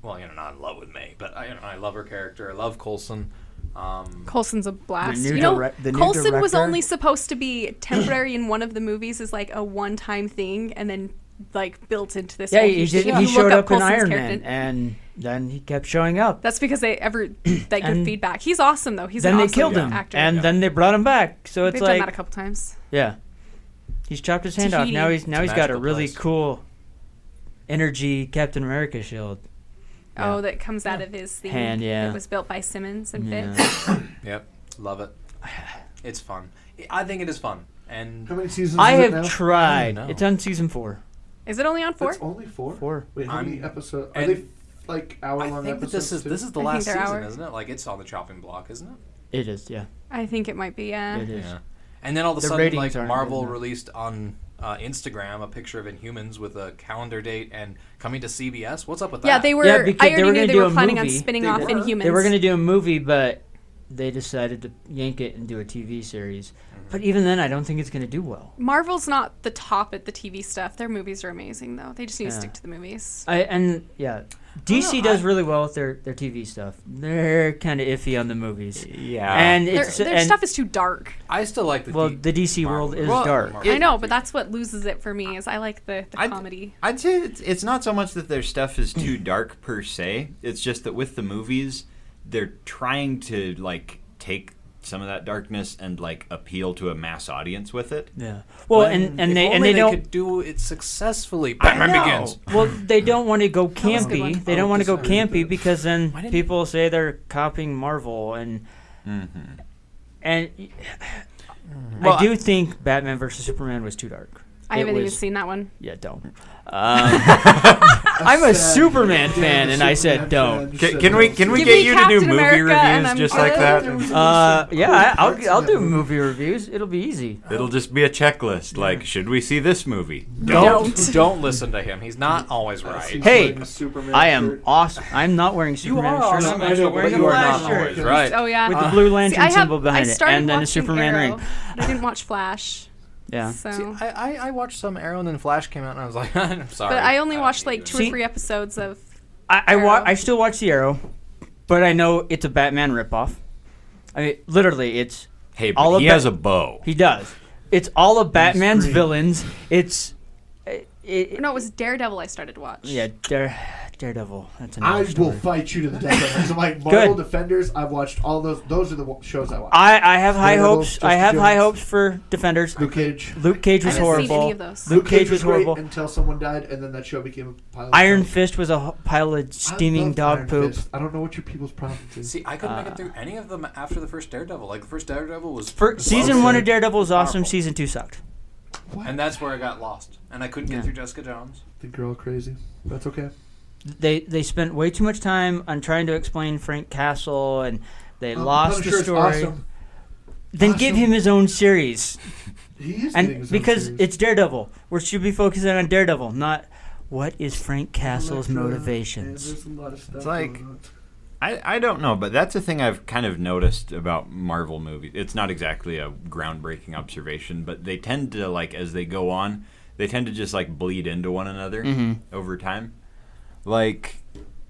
[SPEAKER 3] well, you know, not in love with May, but I, you know, I love her character. I love Colson. Um,
[SPEAKER 6] Colson's a blast.
[SPEAKER 4] The new
[SPEAKER 6] you know,
[SPEAKER 4] direct- the new
[SPEAKER 6] Colson was
[SPEAKER 4] director?
[SPEAKER 6] only supposed to be temporary in one of the movies as like a one-time thing, and then like built into this.
[SPEAKER 4] yeah,
[SPEAKER 6] whole
[SPEAKER 4] he,
[SPEAKER 6] huge
[SPEAKER 4] did,
[SPEAKER 6] thing.
[SPEAKER 4] he
[SPEAKER 6] You look
[SPEAKER 4] showed up, in
[SPEAKER 6] Coulson's
[SPEAKER 4] Iron Man,
[SPEAKER 6] character-
[SPEAKER 4] and then he kept showing up.
[SPEAKER 6] That's because they ever that good
[SPEAKER 4] And-
[SPEAKER 6] feedback. He's awesome though. He's
[SPEAKER 4] then
[SPEAKER 6] an
[SPEAKER 4] they
[SPEAKER 6] awesome
[SPEAKER 4] killed him,
[SPEAKER 6] actor.
[SPEAKER 4] and then they brought him back. So
[SPEAKER 6] they've
[SPEAKER 4] it's
[SPEAKER 6] done
[SPEAKER 4] like,
[SPEAKER 6] that a couple times.
[SPEAKER 4] yeah, he's chopped his hand off. Now
[SPEAKER 6] Tahiti.
[SPEAKER 4] he's now he's
[SPEAKER 3] It's a
[SPEAKER 4] got a
[SPEAKER 3] magical
[SPEAKER 4] really
[SPEAKER 3] place.
[SPEAKER 4] cool energy Captain America shield. Yeah.
[SPEAKER 6] Oh, that comes out of his thing.
[SPEAKER 4] Hand, yeah.
[SPEAKER 6] It was built by Simmons and
[SPEAKER 4] Yeah.
[SPEAKER 6] Fitz.
[SPEAKER 3] yep, love it. It's fun. I think it is fun.
[SPEAKER 5] How
[SPEAKER 3] And
[SPEAKER 5] many seasons?
[SPEAKER 4] I
[SPEAKER 5] is it
[SPEAKER 4] have
[SPEAKER 5] now?
[SPEAKER 4] tried.
[SPEAKER 3] know.
[SPEAKER 4] It's on season four.
[SPEAKER 6] Is it only on four?
[SPEAKER 5] It's only four.
[SPEAKER 4] Four.
[SPEAKER 5] Wait, how
[SPEAKER 3] I'm-
[SPEAKER 5] many episodes? Are
[SPEAKER 3] and-
[SPEAKER 5] they like hour
[SPEAKER 3] I
[SPEAKER 5] long
[SPEAKER 3] think that
[SPEAKER 5] episodes?
[SPEAKER 3] this is
[SPEAKER 5] too?
[SPEAKER 3] this is the
[SPEAKER 6] I think
[SPEAKER 3] last
[SPEAKER 6] they're
[SPEAKER 3] season,
[SPEAKER 6] hour.
[SPEAKER 3] isn't it? Like it's on the chopping block, isn't it?
[SPEAKER 4] It is, yeah.
[SPEAKER 6] I think it might be. Yeah.
[SPEAKER 4] It is.
[SPEAKER 3] And then all of a
[SPEAKER 4] The
[SPEAKER 3] sudden,
[SPEAKER 4] ratings
[SPEAKER 3] like
[SPEAKER 4] aren't
[SPEAKER 3] Marvel
[SPEAKER 4] good enough.
[SPEAKER 3] released on uh, Instagram a picture of Inhumans with a calendar date and coming to CBS. What's up with
[SPEAKER 6] Yeah,
[SPEAKER 3] that?
[SPEAKER 6] they were.
[SPEAKER 4] Yeah, because
[SPEAKER 6] I
[SPEAKER 4] they
[SPEAKER 6] already
[SPEAKER 4] were
[SPEAKER 6] knew
[SPEAKER 4] gonna
[SPEAKER 6] they
[SPEAKER 4] do
[SPEAKER 6] were
[SPEAKER 4] a
[SPEAKER 6] planning on
[SPEAKER 4] movie.
[SPEAKER 6] spinning
[SPEAKER 3] They
[SPEAKER 6] off
[SPEAKER 3] were.
[SPEAKER 6] Inhumans.
[SPEAKER 4] They were going to do a movie, but they decided to yank it and do a TV series. But even then, I don't think it's going to do well.
[SPEAKER 6] Marvel's not the top at the TV stuff. Their movies are amazing though. They just need
[SPEAKER 4] Yeah.
[SPEAKER 6] to stick to the movies.
[SPEAKER 4] I and yeah, DC does really well with their their TV stuff. They're kind of iffy on the movies.
[SPEAKER 7] Yeah.
[SPEAKER 4] and
[SPEAKER 6] Their,
[SPEAKER 4] it's
[SPEAKER 6] their
[SPEAKER 4] and,
[SPEAKER 6] stuff is too dark.
[SPEAKER 3] I still like the
[SPEAKER 4] well, the
[SPEAKER 3] D-
[SPEAKER 4] DC world is
[SPEAKER 3] Well,
[SPEAKER 4] dark.
[SPEAKER 3] Marvel.
[SPEAKER 6] I know, but that's what loses it for me. Is I like the, the
[SPEAKER 7] I'd-
[SPEAKER 6] comedy.
[SPEAKER 7] I'd say it's, it's not so much that their stuff is too dark per se. It's just that with the movies, they're trying to like take some of that darkness and like appeal to a mass audience with it.
[SPEAKER 4] Yeah. Well,
[SPEAKER 3] When-
[SPEAKER 4] and, and
[SPEAKER 3] if
[SPEAKER 4] they
[SPEAKER 3] only
[SPEAKER 4] and they, don't.
[SPEAKER 3] could do it successfully. Batman
[SPEAKER 7] know.
[SPEAKER 3] Begins.
[SPEAKER 4] Well, they don't want to go
[SPEAKER 6] was a good one.
[SPEAKER 4] campy. They
[SPEAKER 5] I
[SPEAKER 4] don't
[SPEAKER 5] would
[SPEAKER 4] want to go
[SPEAKER 5] disagree with
[SPEAKER 4] campy
[SPEAKER 5] that.
[SPEAKER 4] because then
[SPEAKER 3] Why didn't-
[SPEAKER 4] people say they're copying Marvel and and I do think Batman versus Superman was too dark.
[SPEAKER 6] I
[SPEAKER 4] It
[SPEAKER 6] haven't even
[SPEAKER 4] was-
[SPEAKER 6] seen that one.
[SPEAKER 4] Yeah, don't. Um, I'm a
[SPEAKER 5] sad
[SPEAKER 4] Superman
[SPEAKER 5] Yeah,
[SPEAKER 4] fan,
[SPEAKER 5] the
[SPEAKER 4] and I
[SPEAKER 5] Superman
[SPEAKER 4] said don't.
[SPEAKER 5] fan
[SPEAKER 7] Can,
[SPEAKER 5] said
[SPEAKER 7] can we
[SPEAKER 5] no.
[SPEAKER 7] can we
[SPEAKER 6] Give
[SPEAKER 7] get
[SPEAKER 6] me
[SPEAKER 7] you to do
[SPEAKER 6] Captain
[SPEAKER 7] movie
[SPEAKER 6] America and
[SPEAKER 7] reviews
[SPEAKER 6] I'm
[SPEAKER 7] just
[SPEAKER 6] good.
[SPEAKER 7] like
[SPEAKER 5] There
[SPEAKER 7] that?
[SPEAKER 5] was a
[SPEAKER 4] Uh,
[SPEAKER 5] recent-
[SPEAKER 4] yeah, I,
[SPEAKER 5] parts
[SPEAKER 4] I'll
[SPEAKER 5] in
[SPEAKER 4] I'll
[SPEAKER 5] that
[SPEAKER 4] do
[SPEAKER 5] movie.
[SPEAKER 4] movie reviews. It'll be easy.
[SPEAKER 7] It'll just be a checklist. Like, should we see this movie?
[SPEAKER 3] Don't don't listen to him. He's not always right.
[SPEAKER 4] Hey,
[SPEAKER 5] Wearing a Superman
[SPEAKER 4] I am
[SPEAKER 5] shirt.
[SPEAKER 4] awesome. I'm not wearing Superman shirt.
[SPEAKER 3] awesome.
[SPEAKER 4] I'm
[SPEAKER 3] I
[SPEAKER 4] actually
[SPEAKER 3] know, but
[SPEAKER 4] wearing a
[SPEAKER 3] you are
[SPEAKER 4] Flash
[SPEAKER 3] not
[SPEAKER 4] shirt Uh,
[SPEAKER 3] always right.
[SPEAKER 6] Oh yeah.
[SPEAKER 4] with the blue
[SPEAKER 6] See,
[SPEAKER 4] lantern
[SPEAKER 6] I have.
[SPEAKER 4] symbol
[SPEAKER 6] I
[SPEAKER 4] behind it,
[SPEAKER 6] started
[SPEAKER 4] and then a
[SPEAKER 6] watching
[SPEAKER 4] Superman
[SPEAKER 6] Arrow,
[SPEAKER 4] ring.
[SPEAKER 6] but I didn't watch Flash.
[SPEAKER 4] Yeah.
[SPEAKER 6] So.
[SPEAKER 3] I, I, I watched some Arrow and then Flash came out and I was like, I'm sorry.
[SPEAKER 6] But I only
[SPEAKER 3] don't
[SPEAKER 6] watched
[SPEAKER 3] need
[SPEAKER 6] like
[SPEAKER 3] to.
[SPEAKER 6] two
[SPEAKER 4] See-
[SPEAKER 6] or three episodes of.
[SPEAKER 4] I I, wa-
[SPEAKER 6] Arrow.
[SPEAKER 4] I still watch the Arrow, but I know it's a Batman ripoff. I mean, literally, it's
[SPEAKER 7] Hey, but
[SPEAKER 4] All of
[SPEAKER 7] he
[SPEAKER 4] that-
[SPEAKER 7] has a bow.
[SPEAKER 4] he does. It's all of Batman's villains. It's it, it,
[SPEAKER 6] No, it was Daredevil I started to watch.
[SPEAKER 4] yeah. Dare, Daredevil. That's another
[SPEAKER 5] I will
[SPEAKER 4] story.
[SPEAKER 5] fight you to the death. Because I'm like Marvel
[SPEAKER 4] Good.
[SPEAKER 5] Defenders. I've watched all those. Those are the w- shows I watch.
[SPEAKER 4] I, I have high
[SPEAKER 5] Daredevil,
[SPEAKER 4] hopes. I
[SPEAKER 5] Jessica
[SPEAKER 4] have high
[SPEAKER 5] Jones.
[SPEAKER 4] hopes for Defenders.
[SPEAKER 5] Luke Cage.
[SPEAKER 4] Luke Cage was
[SPEAKER 6] I haven't seen
[SPEAKER 4] horrible.
[SPEAKER 6] any of those.
[SPEAKER 4] Luke Cage was
[SPEAKER 5] great
[SPEAKER 4] horrible.
[SPEAKER 5] until someone died, and then that show became a pile. of
[SPEAKER 4] Iron
[SPEAKER 5] junk.
[SPEAKER 4] Fist was a h- pile of
[SPEAKER 5] I
[SPEAKER 4] steaming
[SPEAKER 5] love
[SPEAKER 4] dog
[SPEAKER 5] Iron
[SPEAKER 4] poop.
[SPEAKER 5] Fist. I don't know what your people's problem is.
[SPEAKER 3] See, I couldn't make it through any of them after the first Daredevil. Like the first Daredevil was
[SPEAKER 4] For,
[SPEAKER 3] was
[SPEAKER 4] season
[SPEAKER 3] awesome.
[SPEAKER 4] one of Daredevil was awesome.
[SPEAKER 3] Powerful.
[SPEAKER 4] Season two sucked.
[SPEAKER 3] and that's where I got lost, and I couldn't
[SPEAKER 4] Yeah.
[SPEAKER 3] get through Jessica Jones.
[SPEAKER 5] The girl crazy. That's okay.
[SPEAKER 4] They they spent way too much time on trying to explain Frank Castle, and they
[SPEAKER 5] Um,
[SPEAKER 4] lost the
[SPEAKER 5] Punisher is
[SPEAKER 4] story.
[SPEAKER 5] Awesome.
[SPEAKER 4] Then give
[SPEAKER 5] Awesome.
[SPEAKER 4] him his own series,
[SPEAKER 5] He is getting
[SPEAKER 4] and
[SPEAKER 5] his own
[SPEAKER 4] because
[SPEAKER 5] series.
[SPEAKER 4] it's Daredevil, we should be focusing on Daredevil, not what is Frank Castle's
[SPEAKER 5] Electra,
[SPEAKER 4] motivations.
[SPEAKER 5] and there's a lot of stuff
[SPEAKER 7] It's like-
[SPEAKER 5] going on.
[SPEAKER 7] I, I don't know, but that's a thing I've kind of noticed about Marvel movies. It's not exactly a groundbreaking observation, but they tend to like as they go on, they tend to just like bleed into one another over time. Like,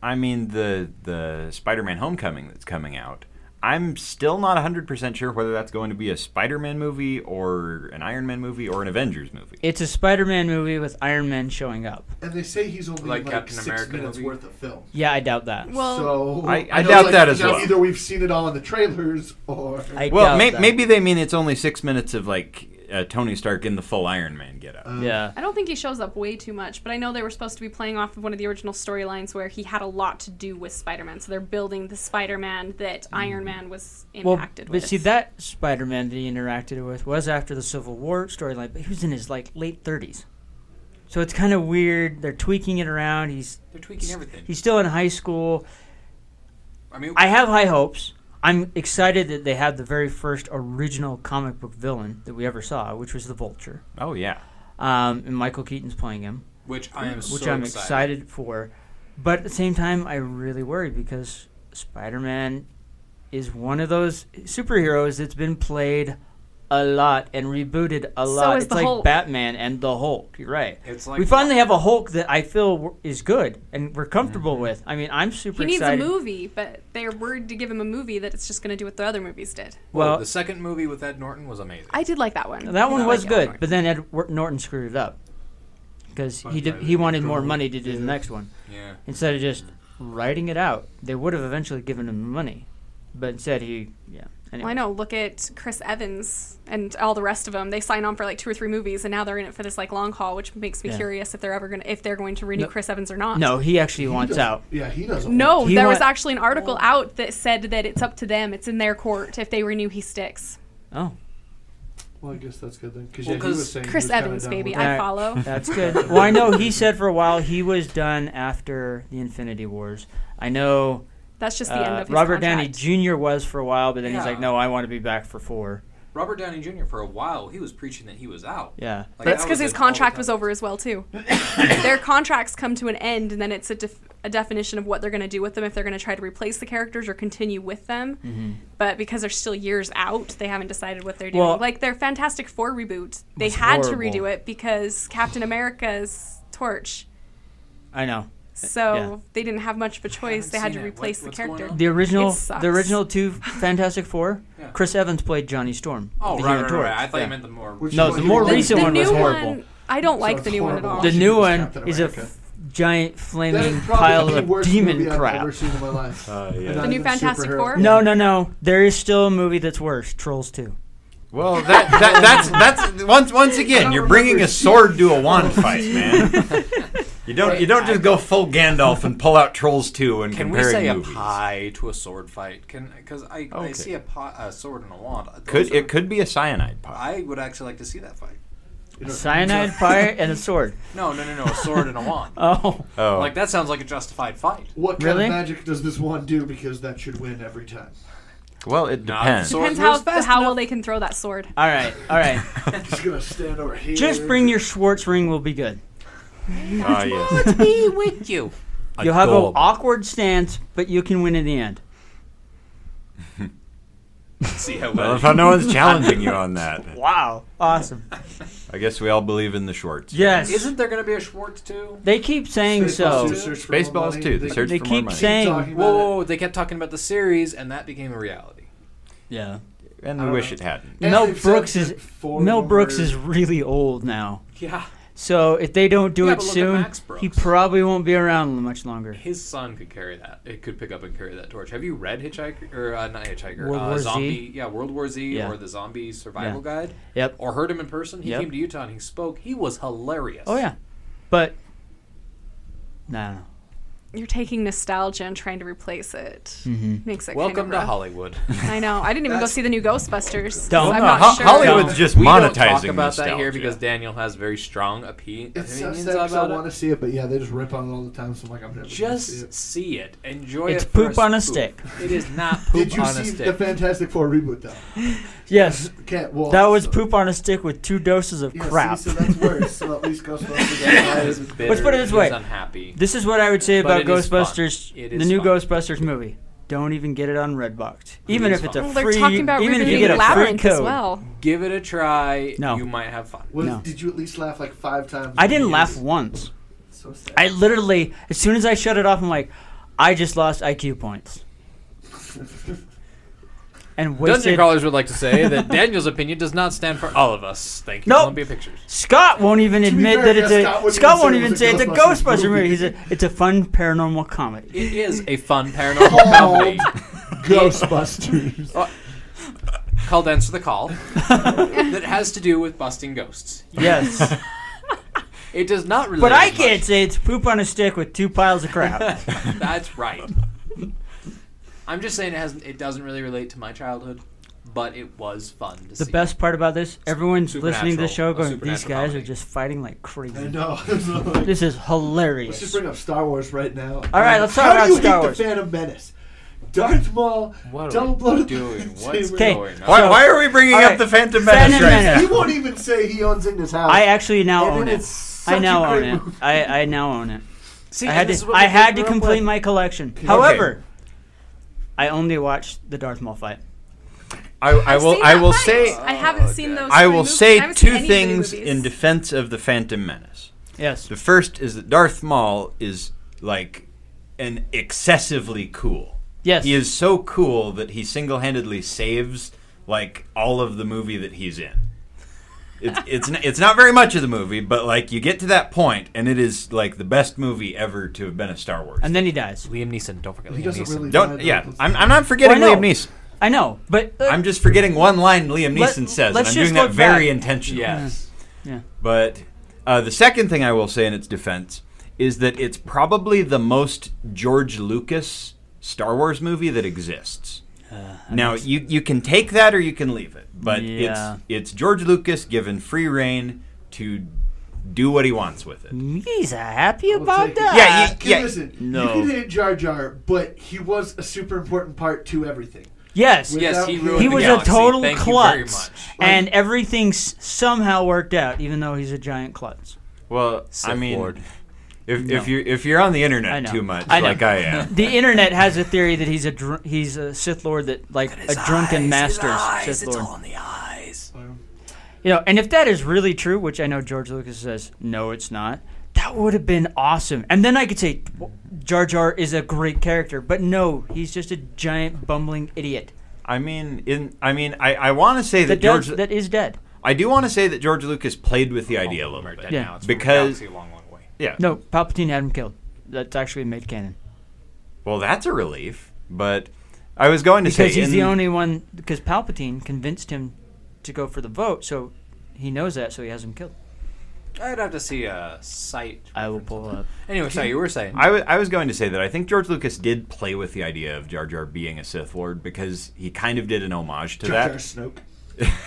[SPEAKER 7] I mean the the Spider-Man Homecoming that's coming out. I'm still not 100% sure whether that's going to be a Spider-Man movie or an Iron Man movie or an Avengers movie.
[SPEAKER 4] It's a Spider-Man movie with Iron Man showing up.
[SPEAKER 5] And they say he's only in,
[SPEAKER 3] Like
[SPEAKER 5] like,
[SPEAKER 3] Captain
[SPEAKER 5] six
[SPEAKER 3] America
[SPEAKER 5] minutes
[SPEAKER 3] movie.
[SPEAKER 5] worth of film.
[SPEAKER 4] Yeah, I doubt that.
[SPEAKER 6] Well,
[SPEAKER 5] so
[SPEAKER 7] I-
[SPEAKER 5] know
[SPEAKER 7] I
[SPEAKER 5] it's
[SPEAKER 7] doubt
[SPEAKER 5] like,
[SPEAKER 7] that as
[SPEAKER 5] now
[SPEAKER 7] well.
[SPEAKER 5] Either we've seen it all in the trailers, or
[SPEAKER 4] I
[SPEAKER 7] well,
[SPEAKER 4] doubt
[SPEAKER 7] may,
[SPEAKER 4] that.
[SPEAKER 7] maybe they mean it's only 6 minutes of like uh, Tony Stark in the full Iron Man getup.
[SPEAKER 4] Yeah.
[SPEAKER 6] I don't think he shows up way too much, but I know they were supposed to be playing off of one of the original storylines where he had a lot to do with Spider-Man. So they're building the Spider-Man that Iron Man was impacted
[SPEAKER 4] Mm-hmm. but
[SPEAKER 6] with.
[SPEAKER 4] see that Spider-Man that he interacted with was after the Civil War storyline, but he was in his like late 30s. So it's kind of weird. They're tweaking it around. He's
[SPEAKER 3] They're tweaking everything.
[SPEAKER 4] he's still in high school.
[SPEAKER 3] I mean,
[SPEAKER 4] I have high hopes. I'm excited that they have the very first original comic book villain that we ever saw, which was the Vulture,
[SPEAKER 7] Oh yeah.
[SPEAKER 4] um, and Michael Keaton's playing him,
[SPEAKER 3] which I am
[SPEAKER 4] which
[SPEAKER 3] so
[SPEAKER 4] I'm
[SPEAKER 3] excited.
[SPEAKER 4] excited for. But at the same time, I really worry because Spider-Man is one of those superheroes that's been played a lot and rebooted a
[SPEAKER 6] So
[SPEAKER 4] lot.
[SPEAKER 6] is
[SPEAKER 4] it's
[SPEAKER 6] the
[SPEAKER 4] like
[SPEAKER 6] Hulk.
[SPEAKER 4] Batman and the Hulk. You're right.
[SPEAKER 3] It's like-
[SPEAKER 4] we finally have a Hulk that I feel w- is good and we're comfortable
[SPEAKER 3] Mm-hmm.
[SPEAKER 4] with. I mean, I'm super
[SPEAKER 6] he needs
[SPEAKER 4] excited.
[SPEAKER 6] a movie, but they're worried to give him a movie that it's just going to do what the other movies did.
[SPEAKER 3] Well,
[SPEAKER 4] Well,
[SPEAKER 3] the second movie with Ed Norton was amazing.
[SPEAKER 6] I did like that one.
[SPEAKER 4] that one
[SPEAKER 6] I
[SPEAKER 4] was
[SPEAKER 6] liked
[SPEAKER 4] good,
[SPEAKER 6] one.
[SPEAKER 4] but then Ed Wor- Norton screwed it up because he did, he wanted more money to do the next one
[SPEAKER 3] Yeah.
[SPEAKER 4] instead of just writing it out. They would have eventually given him the money, but instead he yeah.
[SPEAKER 6] Well, I
[SPEAKER 4] Anyway.
[SPEAKER 6] know. Look at Chris Evans and all the rest of them. They sign on for like two or three movies, and now they're in it for this like long haul, which makes me
[SPEAKER 4] Yeah.
[SPEAKER 6] curious if they're ever going to if they're going to renew
[SPEAKER 4] No-
[SPEAKER 6] Chris Evans or not.
[SPEAKER 4] No, he actually wants out.
[SPEAKER 5] yeah, he doesn't.
[SPEAKER 6] No,
[SPEAKER 4] He
[SPEAKER 6] there was
[SPEAKER 4] wa-
[SPEAKER 6] actually an article out that said that it's up to them. It's in their court. If they renew, he sticks.
[SPEAKER 4] Oh,
[SPEAKER 5] Well, I guess that's good then, because
[SPEAKER 3] Well,
[SPEAKER 5] yeah, he
[SPEAKER 3] 'cause
[SPEAKER 5] was saying he
[SPEAKER 6] Chris
[SPEAKER 5] was kinda
[SPEAKER 6] Evans,
[SPEAKER 5] done
[SPEAKER 6] baby.
[SPEAKER 5] with it.
[SPEAKER 4] Alright.
[SPEAKER 6] I follow.
[SPEAKER 4] That's good. well, I know he said for a while he was done after the Infinity Wars. I know
[SPEAKER 6] That's just the end
[SPEAKER 4] uh,
[SPEAKER 6] of his
[SPEAKER 4] Robert Downey
[SPEAKER 6] contract.
[SPEAKER 4] Jr. was for a while, but then he's like,
[SPEAKER 3] Yeah.
[SPEAKER 4] no, I want to be back for four.
[SPEAKER 3] Robert Downey Jr. for a while he was preaching that he was out.
[SPEAKER 4] Yeah.
[SPEAKER 3] Like,
[SPEAKER 6] That's
[SPEAKER 3] that
[SPEAKER 6] because his
[SPEAKER 3] it all the
[SPEAKER 6] contract
[SPEAKER 3] time.
[SPEAKER 6] was over as well too. Their contracts come to an end, and then it's a, def- a definition of what they're going to do with them if they're going to try to replace the characters or continue with them. But because they're still years out, they haven't decided what they're doing.
[SPEAKER 4] Well-
[SPEAKER 6] like their Fantastic Four reboot, they
[SPEAKER 4] Was
[SPEAKER 6] had to
[SPEAKER 4] horrible.
[SPEAKER 6] redo it because Captain America's torch.
[SPEAKER 4] I know.
[SPEAKER 6] So
[SPEAKER 4] Yeah.
[SPEAKER 6] they didn't have much of a choice. They had to
[SPEAKER 3] seen it. What-
[SPEAKER 6] replace the
[SPEAKER 3] what's going
[SPEAKER 6] character.
[SPEAKER 3] on?
[SPEAKER 4] The original,
[SPEAKER 6] It sucks.
[SPEAKER 4] the original two Fantastic Four.
[SPEAKER 3] Yeah.
[SPEAKER 4] Chris Evans played Johnny Storm.
[SPEAKER 3] Oh
[SPEAKER 4] the Human
[SPEAKER 3] right, right, right,
[SPEAKER 4] Torch.
[SPEAKER 3] right. I thought
[SPEAKER 4] Yeah.
[SPEAKER 3] you meant the more.
[SPEAKER 5] Which
[SPEAKER 4] No,
[SPEAKER 5] is
[SPEAKER 4] the
[SPEAKER 5] what
[SPEAKER 4] more
[SPEAKER 5] he was-
[SPEAKER 4] recent
[SPEAKER 6] the
[SPEAKER 4] one
[SPEAKER 6] new
[SPEAKER 4] was horrible.
[SPEAKER 6] One, I don't like
[SPEAKER 5] it's
[SPEAKER 6] the new one at
[SPEAKER 5] horrible.
[SPEAKER 6] all.
[SPEAKER 4] The new one
[SPEAKER 5] Captain
[SPEAKER 4] is a
[SPEAKER 5] America.
[SPEAKER 4] f- giant
[SPEAKER 5] That
[SPEAKER 4] flaming
[SPEAKER 5] is probably
[SPEAKER 4] pile
[SPEAKER 5] the
[SPEAKER 4] of
[SPEAKER 5] worst
[SPEAKER 4] demon
[SPEAKER 5] movie
[SPEAKER 4] crap.
[SPEAKER 5] I've ever seen in my life.
[SPEAKER 7] Uh, yeah.
[SPEAKER 5] Not
[SPEAKER 6] The new
[SPEAKER 5] even
[SPEAKER 6] Fantastic
[SPEAKER 5] superhero.
[SPEAKER 6] Four?
[SPEAKER 4] No, no, no. There is still a movie that's worse. Trolls Two.
[SPEAKER 7] Well, that, that that's that's once once again, you're bringing a sword to a wand fight, man. You don't you don't just go full Gandalf and pull out Trolls Two and
[SPEAKER 3] Can we
[SPEAKER 7] comparing
[SPEAKER 3] say
[SPEAKER 7] movies.
[SPEAKER 3] a pie to a sword fight? Can because I, I
[SPEAKER 7] Okay.
[SPEAKER 3] see a, pie, a sword and a wand. Those
[SPEAKER 7] Could
[SPEAKER 3] are-
[SPEAKER 7] it could be a cyanide pie?
[SPEAKER 3] I would actually like to see that fight.
[SPEAKER 4] Cyanide fire and a sword.
[SPEAKER 3] No, no, no, no, a sword and a wand.
[SPEAKER 4] Oh,
[SPEAKER 7] Oh,
[SPEAKER 3] Like that sounds like a justified fight.
[SPEAKER 5] What
[SPEAKER 4] Really?
[SPEAKER 5] kind of magic does this one do? Because that should win every time.
[SPEAKER 7] well, it
[SPEAKER 3] Nah,
[SPEAKER 7] depends.
[SPEAKER 3] so-
[SPEAKER 6] Depends
[SPEAKER 3] It was
[SPEAKER 6] how,
[SPEAKER 3] fast
[SPEAKER 6] how
[SPEAKER 3] enough.
[SPEAKER 6] well they can throw that sword.
[SPEAKER 4] all right, all right.
[SPEAKER 5] Just gonna stand over here.
[SPEAKER 4] Just bring your Schwartz ring. We'll be good.
[SPEAKER 7] Ah, yes.
[SPEAKER 3] Be with you.
[SPEAKER 4] You'll have an
[SPEAKER 7] Adorable.
[SPEAKER 4] awkward stance, but you can win in the end.
[SPEAKER 3] See how
[SPEAKER 7] I
[SPEAKER 3] well.
[SPEAKER 7] love how no one's challenging you on that.
[SPEAKER 4] Wow, awesome.
[SPEAKER 7] I guess we all believe in the Schwartz.
[SPEAKER 4] Yes,
[SPEAKER 3] Isn't there going to be a Schwartz too?
[SPEAKER 4] they keep saying
[SPEAKER 5] Baseballs
[SPEAKER 4] so.
[SPEAKER 5] do search for more
[SPEAKER 7] Baseballs
[SPEAKER 5] money.
[SPEAKER 7] too. The
[SPEAKER 5] They
[SPEAKER 7] search
[SPEAKER 4] They
[SPEAKER 7] for
[SPEAKER 4] keep
[SPEAKER 7] more money.
[SPEAKER 4] saying-
[SPEAKER 5] keep talking
[SPEAKER 3] Whoa,
[SPEAKER 5] about
[SPEAKER 3] whoa,
[SPEAKER 5] it.
[SPEAKER 3] whoa, they kept talking about the series, and that became a reality.
[SPEAKER 4] Yeah.
[SPEAKER 7] and we wish it hadn't.
[SPEAKER 5] And
[SPEAKER 4] Mel
[SPEAKER 5] they've said
[SPEAKER 4] Brooks is
[SPEAKER 5] that four
[SPEAKER 4] Mel
[SPEAKER 5] more-
[SPEAKER 4] Brooks is really old now.
[SPEAKER 3] Yeah.
[SPEAKER 4] So if they don't do
[SPEAKER 3] Yeah,
[SPEAKER 4] it
[SPEAKER 3] but look at
[SPEAKER 4] soon,
[SPEAKER 3] Max
[SPEAKER 4] he
[SPEAKER 3] Brooks.
[SPEAKER 4] probably won't be around much longer.
[SPEAKER 3] His son could carry that. It could pick up and carry that torch. Have you read Hitchhiker or uh, not Hitchhiker?
[SPEAKER 4] World
[SPEAKER 3] uh,
[SPEAKER 4] War Z?
[SPEAKER 3] Zombie. Yeah, World War Z
[SPEAKER 4] Yeah.
[SPEAKER 3] or the Zombie Survival Guide.
[SPEAKER 4] Yep.
[SPEAKER 3] Or heard him in person. He
[SPEAKER 4] Yep.
[SPEAKER 3] came to Utah and he spoke. He was hilarious.
[SPEAKER 4] Oh yeah, but no, no.
[SPEAKER 6] You're taking nostalgia and trying to replace it. Makes it
[SPEAKER 3] Welcome
[SPEAKER 6] kind
[SPEAKER 3] to
[SPEAKER 6] of rough.
[SPEAKER 3] Hollywood.
[SPEAKER 6] I know. I didn't even go see the new Ghostbusters.
[SPEAKER 4] Don't.
[SPEAKER 6] so I'm
[SPEAKER 4] No,
[SPEAKER 6] not
[SPEAKER 7] Ho-
[SPEAKER 6] sure.
[SPEAKER 7] Hollywood's just
[SPEAKER 3] we
[SPEAKER 7] monetizing
[SPEAKER 3] don't talk about
[SPEAKER 7] nostalgia.
[SPEAKER 3] that here because Daniel has very strong opi-
[SPEAKER 5] It's so
[SPEAKER 3] opinions
[SPEAKER 5] sad 'cause I
[SPEAKER 3] about
[SPEAKER 5] want
[SPEAKER 3] it.
[SPEAKER 5] to see it, but yeah, they just rip on it all the time. So I'm like, I'm never gonna see
[SPEAKER 3] Just
[SPEAKER 5] it.
[SPEAKER 3] see it. Enjoy
[SPEAKER 4] It's
[SPEAKER 3] it. for
[SPEAKER 4] poop on a
[SPEAKER 3] spoop.
[SPEAKER 4] stick.
[SPEAKER 3] It is not poop
[SPEAKER 5] Did you
[SPEAKER 3] on a
[SPEAKER 5] see
[SPEAKER 3] stick.
[SPEAKER 5] the Fantastic Four reboot though?
[SPEAKER 4] Yes,
[SPEAKER 5] Can't walk.
[SPEAKER 4] that was
[SPEAKER 5] so-
[SPEAKER 4] poop on a stick with two doses of
[SPEAKER 5] Yeah, see,
[SPEAKER 4] crap.
[SPEAKER 5] so that's worse. so at least Ghostbusters.
[SPEAKER 3] Yeah,
[SPEAKER 5] is
[SPEAKER 3] he's
[SPEAKER 5] biased.
[SPEAKER 3] bitter,
[SPEAKER 4] put it this
[SPEAKER 3] he's
[SPEAKER 4] way.
[SPEAKER 3] Unhappy.
[SPEAKER 4] This is what I would say
[SPEAKER 3] But
[SPEAKER 4] about
[SPEAKER 3] it is fun.
[SPEAKER 4] Ghostbusters,
[SPEAKER 3] It
[SPEAKER 4] the
[SPEAKER 3] is
[SPEAKER 4] new
[SPEAKER 3] fun.
[SPEAKER 4] Ghostbusters movie. Don't even get it on Redbox, even
[SPEAKER 3] is
[SPEAKER 4] if it's a
[SPEAKER 6] Well,
[SPEAKER 4] free.
[SPEAKER 6] they're talking about
[SPEAKER 4] even if you
[SPEAKER 6] rebooting
[SPEAKER 4] get a free
[SPEAKER 6] Labyrinth
[SPEAKER 4] code.
[SPEAKER 6] as well.
[SPEAKER 3] Give it a try.
[SPEAKER 4] No.
[SPEAKER 3] You might have fun.
[SPEAKER 5] Was,
[SPEAKER 4] No.
[SPEAKER 5] Did you at least laugh like five times?
[SPEAKER 4] I didn't
[SPEAKER 5] Yes.
[SPEAKER 4] laugh once.
[SPEAKER 5] So sad.
[SPEAKER 4] I literally, as soon as I shut it off, I'm like, I just lost IQ points. And
[SPEAKER 3] Dungeon
[SPEAKER 4] wasted.
[SPEAKER 3] crawlers would like to say that Daniel's opinion does not stand for all of us. Thank you,
[SPEAKER 4] Nope.
[SPEAKER 3] Columbia Pictures.
[SPEAKER 4] Scott won't even
[SPEAKER 5] be
[SPEAKER 4] admit
[SPEAKER 5] fair,
[SPEAKER 4] that it's
[SPEAKER 5] yeah,
[SPEAKER 4] a.
[SPEAKER 5] Scott
[SPEAKER 4] Scott,
[SPEAKER 5] wouldn't even
[SPEAKER 4] won't
[SPEAKER 5] say it
[SPEAKER 4] even
[SPEAKER 5] was a
[SPEAKER 4] say it's a
[SPEAKER 5] Ghostbusters
[SPEAKER 4] Ghostbuster movie.
[SPEAKER 5] movie.
[SPEAKER 4] He's a. It's a fun paranormal comedy.
[SPEAKER 3] It is a fun paranormal comedy
[SPEAKER 5] Oh, Ghostbusters.
[SPEAKER 3] called Answer the Call that has to do with busting ghosts.
[SPEAKER 4] Yes,
[SPEAKER 3] It does not relate.
[SPEAKER 4] but I
[SPEAKER 3] as much.
[SPEAKER 4] can't say it's poop on a stick with two piles of crap.
[SPEAKER 3] That's right. I'm just saying it has. It doesn't really relate to my childhood, but it was fun to
[SPEAKER 4] The
[SPEAKER 3] see.
[SPEAKER 4] best part about this, everyone's listening to the show
[SPEAKER 3] Supernatural. A
[SPEAKER 4] going, "These
[SPEAKER 3] supernatural
[SPEAKER 4] guys are
[SPEAKER 3] comedy.
[SPEAKER 4] just fighting like
[SPEAKER 5] I
[SPEAKER 4] crazy."
[SPEAKER 5] know.
[SPEAKER 4] This is
[SPEAKER 5] Let's just
[SPEAKER 4] hilarious.
[SPEAKER 5] bring up Star Wars right now.
[SPEAKER 4] All right, let's talk
[SPEAKER 5] How
[SPEAKER 4] about
[SPEAKER 5] do you
[SPEAKER 4] Star
[SPEAKER 5] hate
[SPEAKER 4] Wars.
[SPEAKER 5] the Phantom Menace? Darth Maul,
[SPEAKER 3] What are
[SPEAKER 5] double
[SPEAKER 3] we
[SPEAKER 5] blooded
[SPEAKER 3] doing?
[SPEAKER 5] lightsaber.
[SPEAKER 3] What's
[SPEAKER 4] Okay.
[SPEAKER 3] going on?
[SPEAKER 7] Why,
[SPEAKER 4] So-
[SPEAKER 7] why are we bringing
[SPEAKER 4] All right.
[SPEAKER 7] up the Phantom Menace?
[SPEAKER 4] Phantom
[SPEAKER 7] right
[SPEAKER 4] Menace.
[SPEAKER 5] He won't even say he owns Igna's house.
[SPEAKER 4] I actually now
[SPEAKER 5] And
[SPEAKER 4] own
[SPEAKER 5] it
[SPEAKER 4] it.
[SPEAKER 5] is such
[SPEAKER 4] I now
[SPEAKER 5] a
[SPEAKER 4] own
[SPEAKER 5] great
[SPEAKER 4] it.
[SPEAKER 5] movie.
[SPEAKER 4] I, I now own it.
[SPEAKER 3] See,
[SPEAKER 4] I
[SPEAKER 3] and
[SPEAKER 4] had
[SPEAKER 3] this is
[SPEAKER 4] to
[SPEAKER 3] what
[SPEAKER 4] I
[SPEAKER 3] we
[SPEAKER 4] had
[SPEAKER 3] grew
[SPEAKER 4] to
[SPEAKER 3] up
[SPEAKER 4] complete
[SPEAKER 3] with.
[SPEAKER 4] my collection. However, I only watched the Darth Maul fight.
[SPEAKER 7] I, I
[SPEAKER 6] I've
[SPEAKER 7] will.
[SPEAKER 6] seen
[SPEAKER 7] I
[SPEAKER 6] that
[SPEAKER 7] will
[SPEAKER 6] fight.
[SPEAKER 7] say.
[SPEAKER 6] I haven't seen those.
[SPEAKER 7] I
[SPEAKER 6] three
[SPEAKER 7] will
[SPEAKER 6] movies. I
[SPEAKER 7] say
[SPEAKER 6] haven't seen
[SPEAKER 7] two
[SPEAKER 6] any of the
[SPEAKER 7] things
[SPEAKER 6] movies.
[SPEAKER 7] in defense of the Phantom Menace.
[SPEAKER 4] Yes.
[SPEAKER 7] The first is that Darth Maul is like an excessively cool.
[SPEAKER 4] Yes.
[SPEAKER 7] He is so cool that he single-handedly saves like all of the movie that he's in. It's it's n- it's not very much of the movie, but like you get to that point, and it is like the best movie ever to have been a Star Wars.
[SPEAKER 4] And then he dies.
[SPEAKER 3] Liam Neeson. Don't forget
[SPEAKER 5] He
[SPEAKER 3] Liam
[SPEAKER 5] doesn't
[SPEAKER 3] Neeson.
[SPEAKER 5] really.
[SPEAKER 7] Don't
[SPEAKER 5] die,
[SPEAKER 7] yeah.
[SPEAKER 5] though.
[SPEAKER 7] I'm I'm not forgetting
[SPEAKER 4] Well, I
[SPEAKER 7] Liam
[SPEAKER 4] know.
[SPEAKER 7] Neeson.
[SPEAKER 4] I know, but uh,
[SPEAKER 7] I'm just forgetting one line Liam
[SPEAKER 4] Let-
[SPEAKER 7] Neeson says, and
[SPEAKER 4] let's
[SPEAKER 7] I'm
[SPEAKER 4] just
[SPEAKER 7] doing that
[SPEAKER 4] look
[SPEAKER 7] very
[SPEAKER 4] back.
[SPEAKER 7] intentionally.
[SPEAKER 3] Yes.
[SPEAKER 7] But uh, the second thing I will say in its defense is that it's probably the most George Lucas Star Wars movie that exists.
[SPEAKER 4] Uh,
[SPEAKER 7] now you you can take that or you can leave it, but
[SPEAKER 4] Yeah.
[SPEAKER 7] it's it's George Lucas given free reign to do what he wants with it.
[SPEAKER 4] he's happy
[SPEAKER 5] We'll
[SPEAKER 4] about
[SPEAKER 5] take it.
[SPEAKER 4] that.
[SPEAKER 7] Yeah, you-
[SPEAKER 5] Okay, Listen,
[SPEAKER 7] No.
[SPEAKER 5] you can hate Jar Jar, but he was a super important part to everything.
[SPEAKER 4] yes.
[SPEAKER 5] With-
[SPEAKER 3] Yes, he
[SPEAKER 5] He
[SPEAKER 3] ruined
[SPEAKER 4] He
[SPEAKER 3] the
[SPEAKER 4] was a
[SPEAKER 3] galaxy.
[SPEAKER 4] total
[SPEAKER 3] Thank
[SPEAKER 4] klutz,
[SPEAKER 3] You very much.
[SPEAKER 4] and everything s- somehow worked out, even though he's a giant klutz.
[SPEAKER 7] Well, I mean,
[SPEAKER 3] Lord.
[SPEAKER 7] if
[SPEAKER 4] No.
[SPEAKER 7] if you if you're on the
[SPEAKER 4] I
[SPEAKER 7] internet
[SPEAKER 4] know.
[SPEAKER 7] too much,
[SPEAKER 4] I know.
[SPEAKER 7] like I am,
[SPEAKER 4] The internet has a theory that he's a dr- he's a Sith Lord that like a drunken master Sith Lord.
[SPEAKER 3] the eyes.
[SPEAKER 4] You know, and if that is really true, which I know George Lucas says no, it's not. That would have been awesome, and then I could say "Well, Jar Jar is a great character, but no, he's just a giant bumbling idiot
[SPEAKER 7] I mean, in I mean, I, I want to say that
[SPEAKER 4] that
[SPEAKER 7] George
[SPEAKER 4] does, that is dead.
[SPEAKER 7] I do want to say that George Lucas played with the
[SPEAKER 5] Oh,
[SPEAKER 7] idea a little bit.
[SPEAKER 4] Yeah.
[SPEAKER 3] Now it's
[SPEAKER 7] Because-
[SPEAKER 3] because a long, long way.
[SPEAKER 7] Yeah.
[SPEAKER 4] No, Palpatine had him killed. That's actually made canon
[SPEAKER 7] Well, that's a relief. But I was going to
[SPEAKER 4] because
[SPEAKER 7] say
[SPEAKER 4] he's
[SPEAKER 7] in-
[SPEAKER 4] the only one. Because Palpatine convinced him to go for the vote, so he knows that, so he has him killed.
[SPEAKER 3] I'd have to see a site.
[SPEAKER 4] I will pull up.
[SPEAKER 3] Anyway, sorry, you were saying.
[SPEAKER 7] I wa- I was going to say that I think George Lucas did play with the idea of Jar Jar being a Sith Lord because he kind of did an homage to
[SPEAKER 5] Jar Jar
[SPEAKER 7] that.
[SPEAKER 5] Snoke.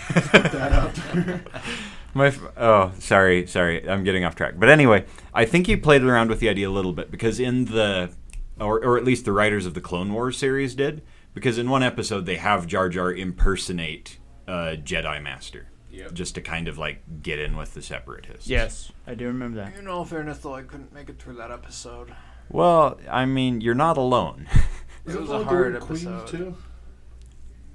[SPEAKER 5] Put that out there.
[SPEAKER 7] My f- oh, sorry, sorry, I'm getting off track. But anyway, I think he played around with the idea a little bit because in the, or or at least the writers of the Clone Wars series did because in one episode they have Jar Jar impersonate a Jedi Master.
[SPEAKER 3] Yep.
[SPEAKER 7] Just to kind of like get in with the separatists.
[SPEAKER 4] Yes, I do remember that.
[SPEAKER 3] In all fairness, though, I couldn't make it through that episode.
[SPEAKER 7] Well, I mean, you're not alone.
[SPEAKER 5] Is
[SPEAKER 3] It was a
[SPEAKER 5] Mulder
[SPEAKER 3] hard
[SPEAKER 5] in Queens,
[SPEAKER 3] episode.
[SPEAKER 5] Too?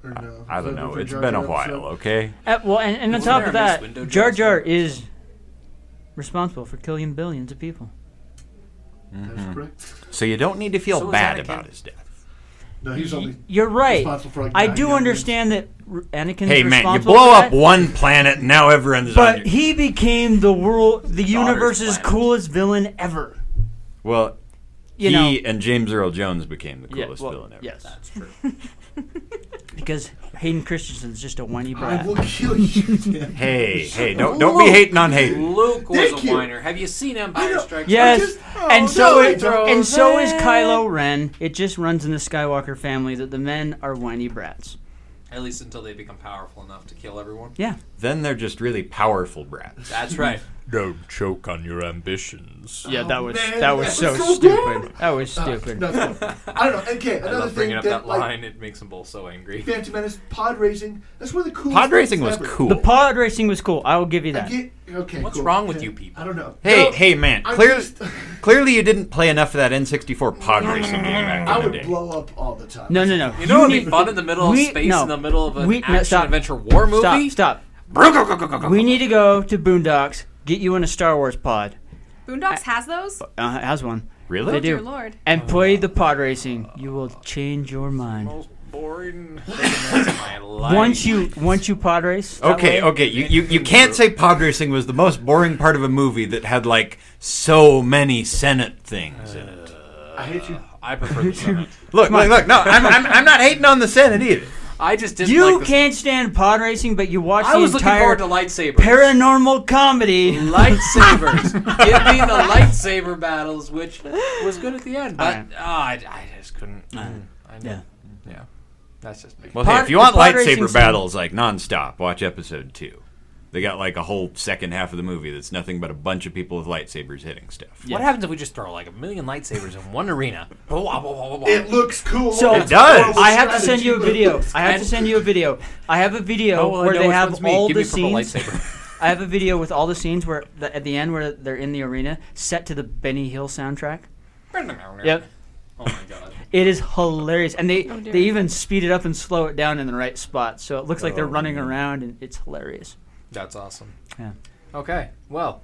[SPEAKER 5] Or no?
[SPEAKER 7] I
[SPEAKER 5] Is that
[SPEAKER 7] don't know.
[SPEAKER 5] different
[SPEAKER 7] It's
[SPEAKER 5] Jar
[SPEAKER 7] been a
[SPEAKER 5] Jar
[SPEAKER 7] while,
[SPEAKER 5] episode?
[SPEAKER 7] okay?
[SPEAKER 4] Uh, well, and, and on
[SPEAKER 3] Wasn't
[SPEAKER 4] top
[SPEAKER 3] there
[SPEAKER 4] of
[SPEAKER 3] a Mace
[SPEAKER 4] that,
[SPEAKER 3] Windu
[SPEAKER 4] Jar
[SPEAKER 3] Johnson
[SPEAKER 4] Jar
[SPEAKER 3] episode?
[SPEAKER 4] is responsible for killing billions of people.
[SPEAKER 5] That's correct.
[SPEAKER 7] Mm. So you don't need to feel
[SPEAKER 3] So was
[SPEAKER 7] bad
[SPEAKER 3] Anakin.
[SPEAKER 7] about his death.
[SPEAKER 5] No, he's only.
[SPEAKER 4] You're right.
[SPEAKER 5] Responsible for, like,
[SPEAKER 4] I
[SPEAKER 5] nine
[SPEAKER 4] do
[SPEAKER 5] young
[SPEAKER 4] understand that R- Anakin's
[SPEAKER 7] Hey man, you
[SPEAKER 4] responsible
[SPEAKER 7] blow
[SPEAKER 4] for
[SPEAKER 7] up
[SPEAKER 4] that,
[SPEAKER 7] one planet, now everyone's on
[SPEAKER 4] but
[SPEAKER 7] your-
[SPEAKER 4] he became the world, the universe's
[SPEAKER 7] planet.
[SPEAKER 4] coolest villain ever.
[SPEAKER 7] Well,
[SPEAKER 4] You
[SPEAKER 7] he
[SPEAKER 4] know,
[SPEAKER 7] and James Earl Jones became the
[SPEAKER 4] Yeah,
[SPEAKER 7] coolest
[SPEAKER 4] well,
[SPEAKER 7] villain ever.
[SPEAKER 4] Yes, that's true. because Hayden Christensen's just a whiny
[SPEAKER 5] I
[SPEAKER 4] brat.
[SPEAKER 5] will kill you, damn.
[SPEAKER 7] Hey, hey, don't don't be hating on Hayden.
[SPEAKER 3] Luke was
[SPEAKER 5] Thank
[SPEAKER 3] a
[SPEAKER 5] you.
[SPEAKER 3] whiner. Have you seen Empire Strikes?
[SPEAKER 4] Yes,
[SPEAKER 5] just- oh,
[SPEAKER 4] and so
[SPEAKER 5] no,
[SPEAKER 4] it,
[SPEAKER 5] it
[SPEAKER 4] and so is Kylo Ren. It just runs in the Skywalker family that the men are whiny brats.
[SPEAKER 3] At least until they become powerful enough to kill everyone.
[SPEAKER 4] Yeah,
[SPEAKER 7] Then they're just really powerful brats.
[SPEAKER 3] That's right.
[SPEAKER 8] Don't choke on your ambitions.
[SPEAKER 4] yeah, that was
[SPEAKER 5] man,
[SPEAKER 4] that was
[SPEAKER 5] that's
[SPEAKER 4] so,
[SPEAKER 5] so
[SPEAKER 4] stupid. That was stupid.
[SPEAKER 5] No, it's cool. I don't know. And, Okay,
[SPEAKER 3] I
[SPEAKER 5] another
[SPEAKER 3] love
[SPEAKER 5] thing
[SPEAKER 3] bringing up
[SPEAKER 5] that
[SPEAKER 3] that
[SPEAKER 5] like
[SPEAKER 3] line. It makes them both so angry.
[SPEAKER 5] Phantom Menace, pod racing. That's one of the coolest.
[SPEAKER 7] Pod racing
[SPEAKER 5] things
[SPEAKER 7] was
[SPEAKER 5] ever.
[SPEAKER 7] cool.
[SPEAKER 4] The pod racing was cool. I will give you
[SPEAKER 5] I
[SPEAKER 4] that.
[SPEAKER 5] get- okay,
[SPEAKER 3] What's
[SPEAKER 5] cool.
[SPEAKER 3] wrong with
[SPEAKER 5] Okay,
[SPEAKER 3] you people?
[SPEAKER 5] I don't know.
[SPEAKER 7] hey,
[SPEAKER 5] No,
[SPEAKER 7] hey man,
[SPEAKER 5] I'm
[SPEAKER 7] clear,
[SPEAKER 5] just-
[SPEAKER 7] clearly you didn't play enough of that N64 pod racing game back
[SPEAKER 5] I
[SPEAKER 7] in the
[SPEAKER 5] would
[SPEAKER 7] day.
[SPEAKER 5] blow up all the time.
[SPEAKER 4] No, no, no.
[SPEAKER 3] You know what'd be
[SPEAKER 4] need-
[SPEAKER 3] fun in the middle of
[SPEAKER 4] we-
[SPEAKER 3] space,
[SPEAKER 4] no.
[SPEAKER 3] in the middle of an
[SPEAKER 4] We- no,
[SPEAKER 3] action
[SPEAKER 4] stop.
[SPEAKER 3] adventure war movie?
[SPEAKER 4] Stop, stop. we need to go to Boondocks. Get you in a Star Wars pod.
[SPEAKER 6] Boondocks has those.
[SPEAKER 4] Uh, has one.
[SPEAKER 7] Really?
[SPEAKER 4] They
[SPEAKER 6] oh dear
[SPEAKER 4] do.
[SPEAKER 6] lord.
[SPEAKER 4] And play the pod racing. You will change your mind.
[SPEAKER 3] Most boring thing in my life.
[SPEAKER 4] Once you once you pod race. that
[SPEAKER 7] Okay,
[SPEAKER 4] way-
[SPEAKER 7] okay, you, you, you can't say pod racing was the most boring part of a movie that had like so many Senate things in it.
[SPEAKER 4] Uh,
[SPEAKER 5] I hate you.
[SPEAKER 3] I prefer the Senate.
[SPEAKER 7] Look, look, look, no, I'm, I'm, I'm not hating on the Senate either.
[SPEAKER 3] I just didn't
[SPEAKER 4] You
[SPEAKER 3] like the
[SPEAKER 4] can't stand pod racing, but you watch
[SPEAKER 3] I
[SPEAKER 4] the
[SPEAKER 3] was looking
[SPEAKER 4] entire
[SPEAKER 3] forward to Mm. lightsabers.
[SPEAKER 4] paranormal comedy.
[SPEAKER 3] lightsabers. Give me the lightsaber battles, which was good at the end. But
[SPEAKER 4] Alright.
[SPEAKER 3] ah, I, I just couldn't. Mm, I
[SPEAKER 4] Yeah.
[SPEAKER 3] know. Yeah. That's just me.
[SPEAKER 7] Well,
[SPEAKER 4] Pod-
[SPEAKER 7] hey, if you want
[SPEAKER 4] the pod racing
[SPEAKER 7] lightsaber
[SPEAKER 4] scene-
[SPEAKER 7] battles like nonstop, watch episode two. They got like a whole second half of the movie that's nothing but a bunch of people with lightsabers hitting stuff.
[SPEAKER 3] What happens if we just throw like a million lightsabers in one arena? Oh, Blah, blah, blah, blah, blah.
[SPEAKER 5] It looks cool.
[SPEAKER 4] So
[SPEAKER 5] It's
[SPEAKER 7] does.
[SPEAKER 5] horrible
[SPEAKER 4] I have to send
[SPEAKER 5] strategy,
[SPEAKER 4] you a
[SPEAKER 5] but it
[SPEAKER 4] video.
[SPEAKER 5] looks
[SPEAKER 4] I have to send you a video. I have a video
[SPEAKER 3] How will Oh, I
[SPEAKER 4] where
[SPEAKER 3] know
[SPEAKER 4] they
[SPEAKER 3] which
[SPEAKER 4] have
[SPEAKER 3] one's me?
[SPEAKER 4] all
[SPEAKER 3] Give
[SPEAKER 4] the
[SPEAKER 3] me purple
[SPEAKER 4] scenes.
[SPEAKER 3] lightsaber.
[SPEAKER 4] I have a video with all the scenes where the, at the end where they're in the arena set to the Benny Hill soundtrack. Yep.
[SPEAKER 3] Oh my god.
[SPEAKER 4] It is hilarious, and they
[SPEAKER 6] dear.
[SPEAKER 4] they even speed it up and slow it down in the right spot, so it looks like
[SPEAKER 3] Oh,
[SPEAKER 4] they're running around, and it's hilarious.
[SPEAKER 3] That's awesome.
[SPEAKER 4] Yeah.
[SPEAKER 3] Okay. Well,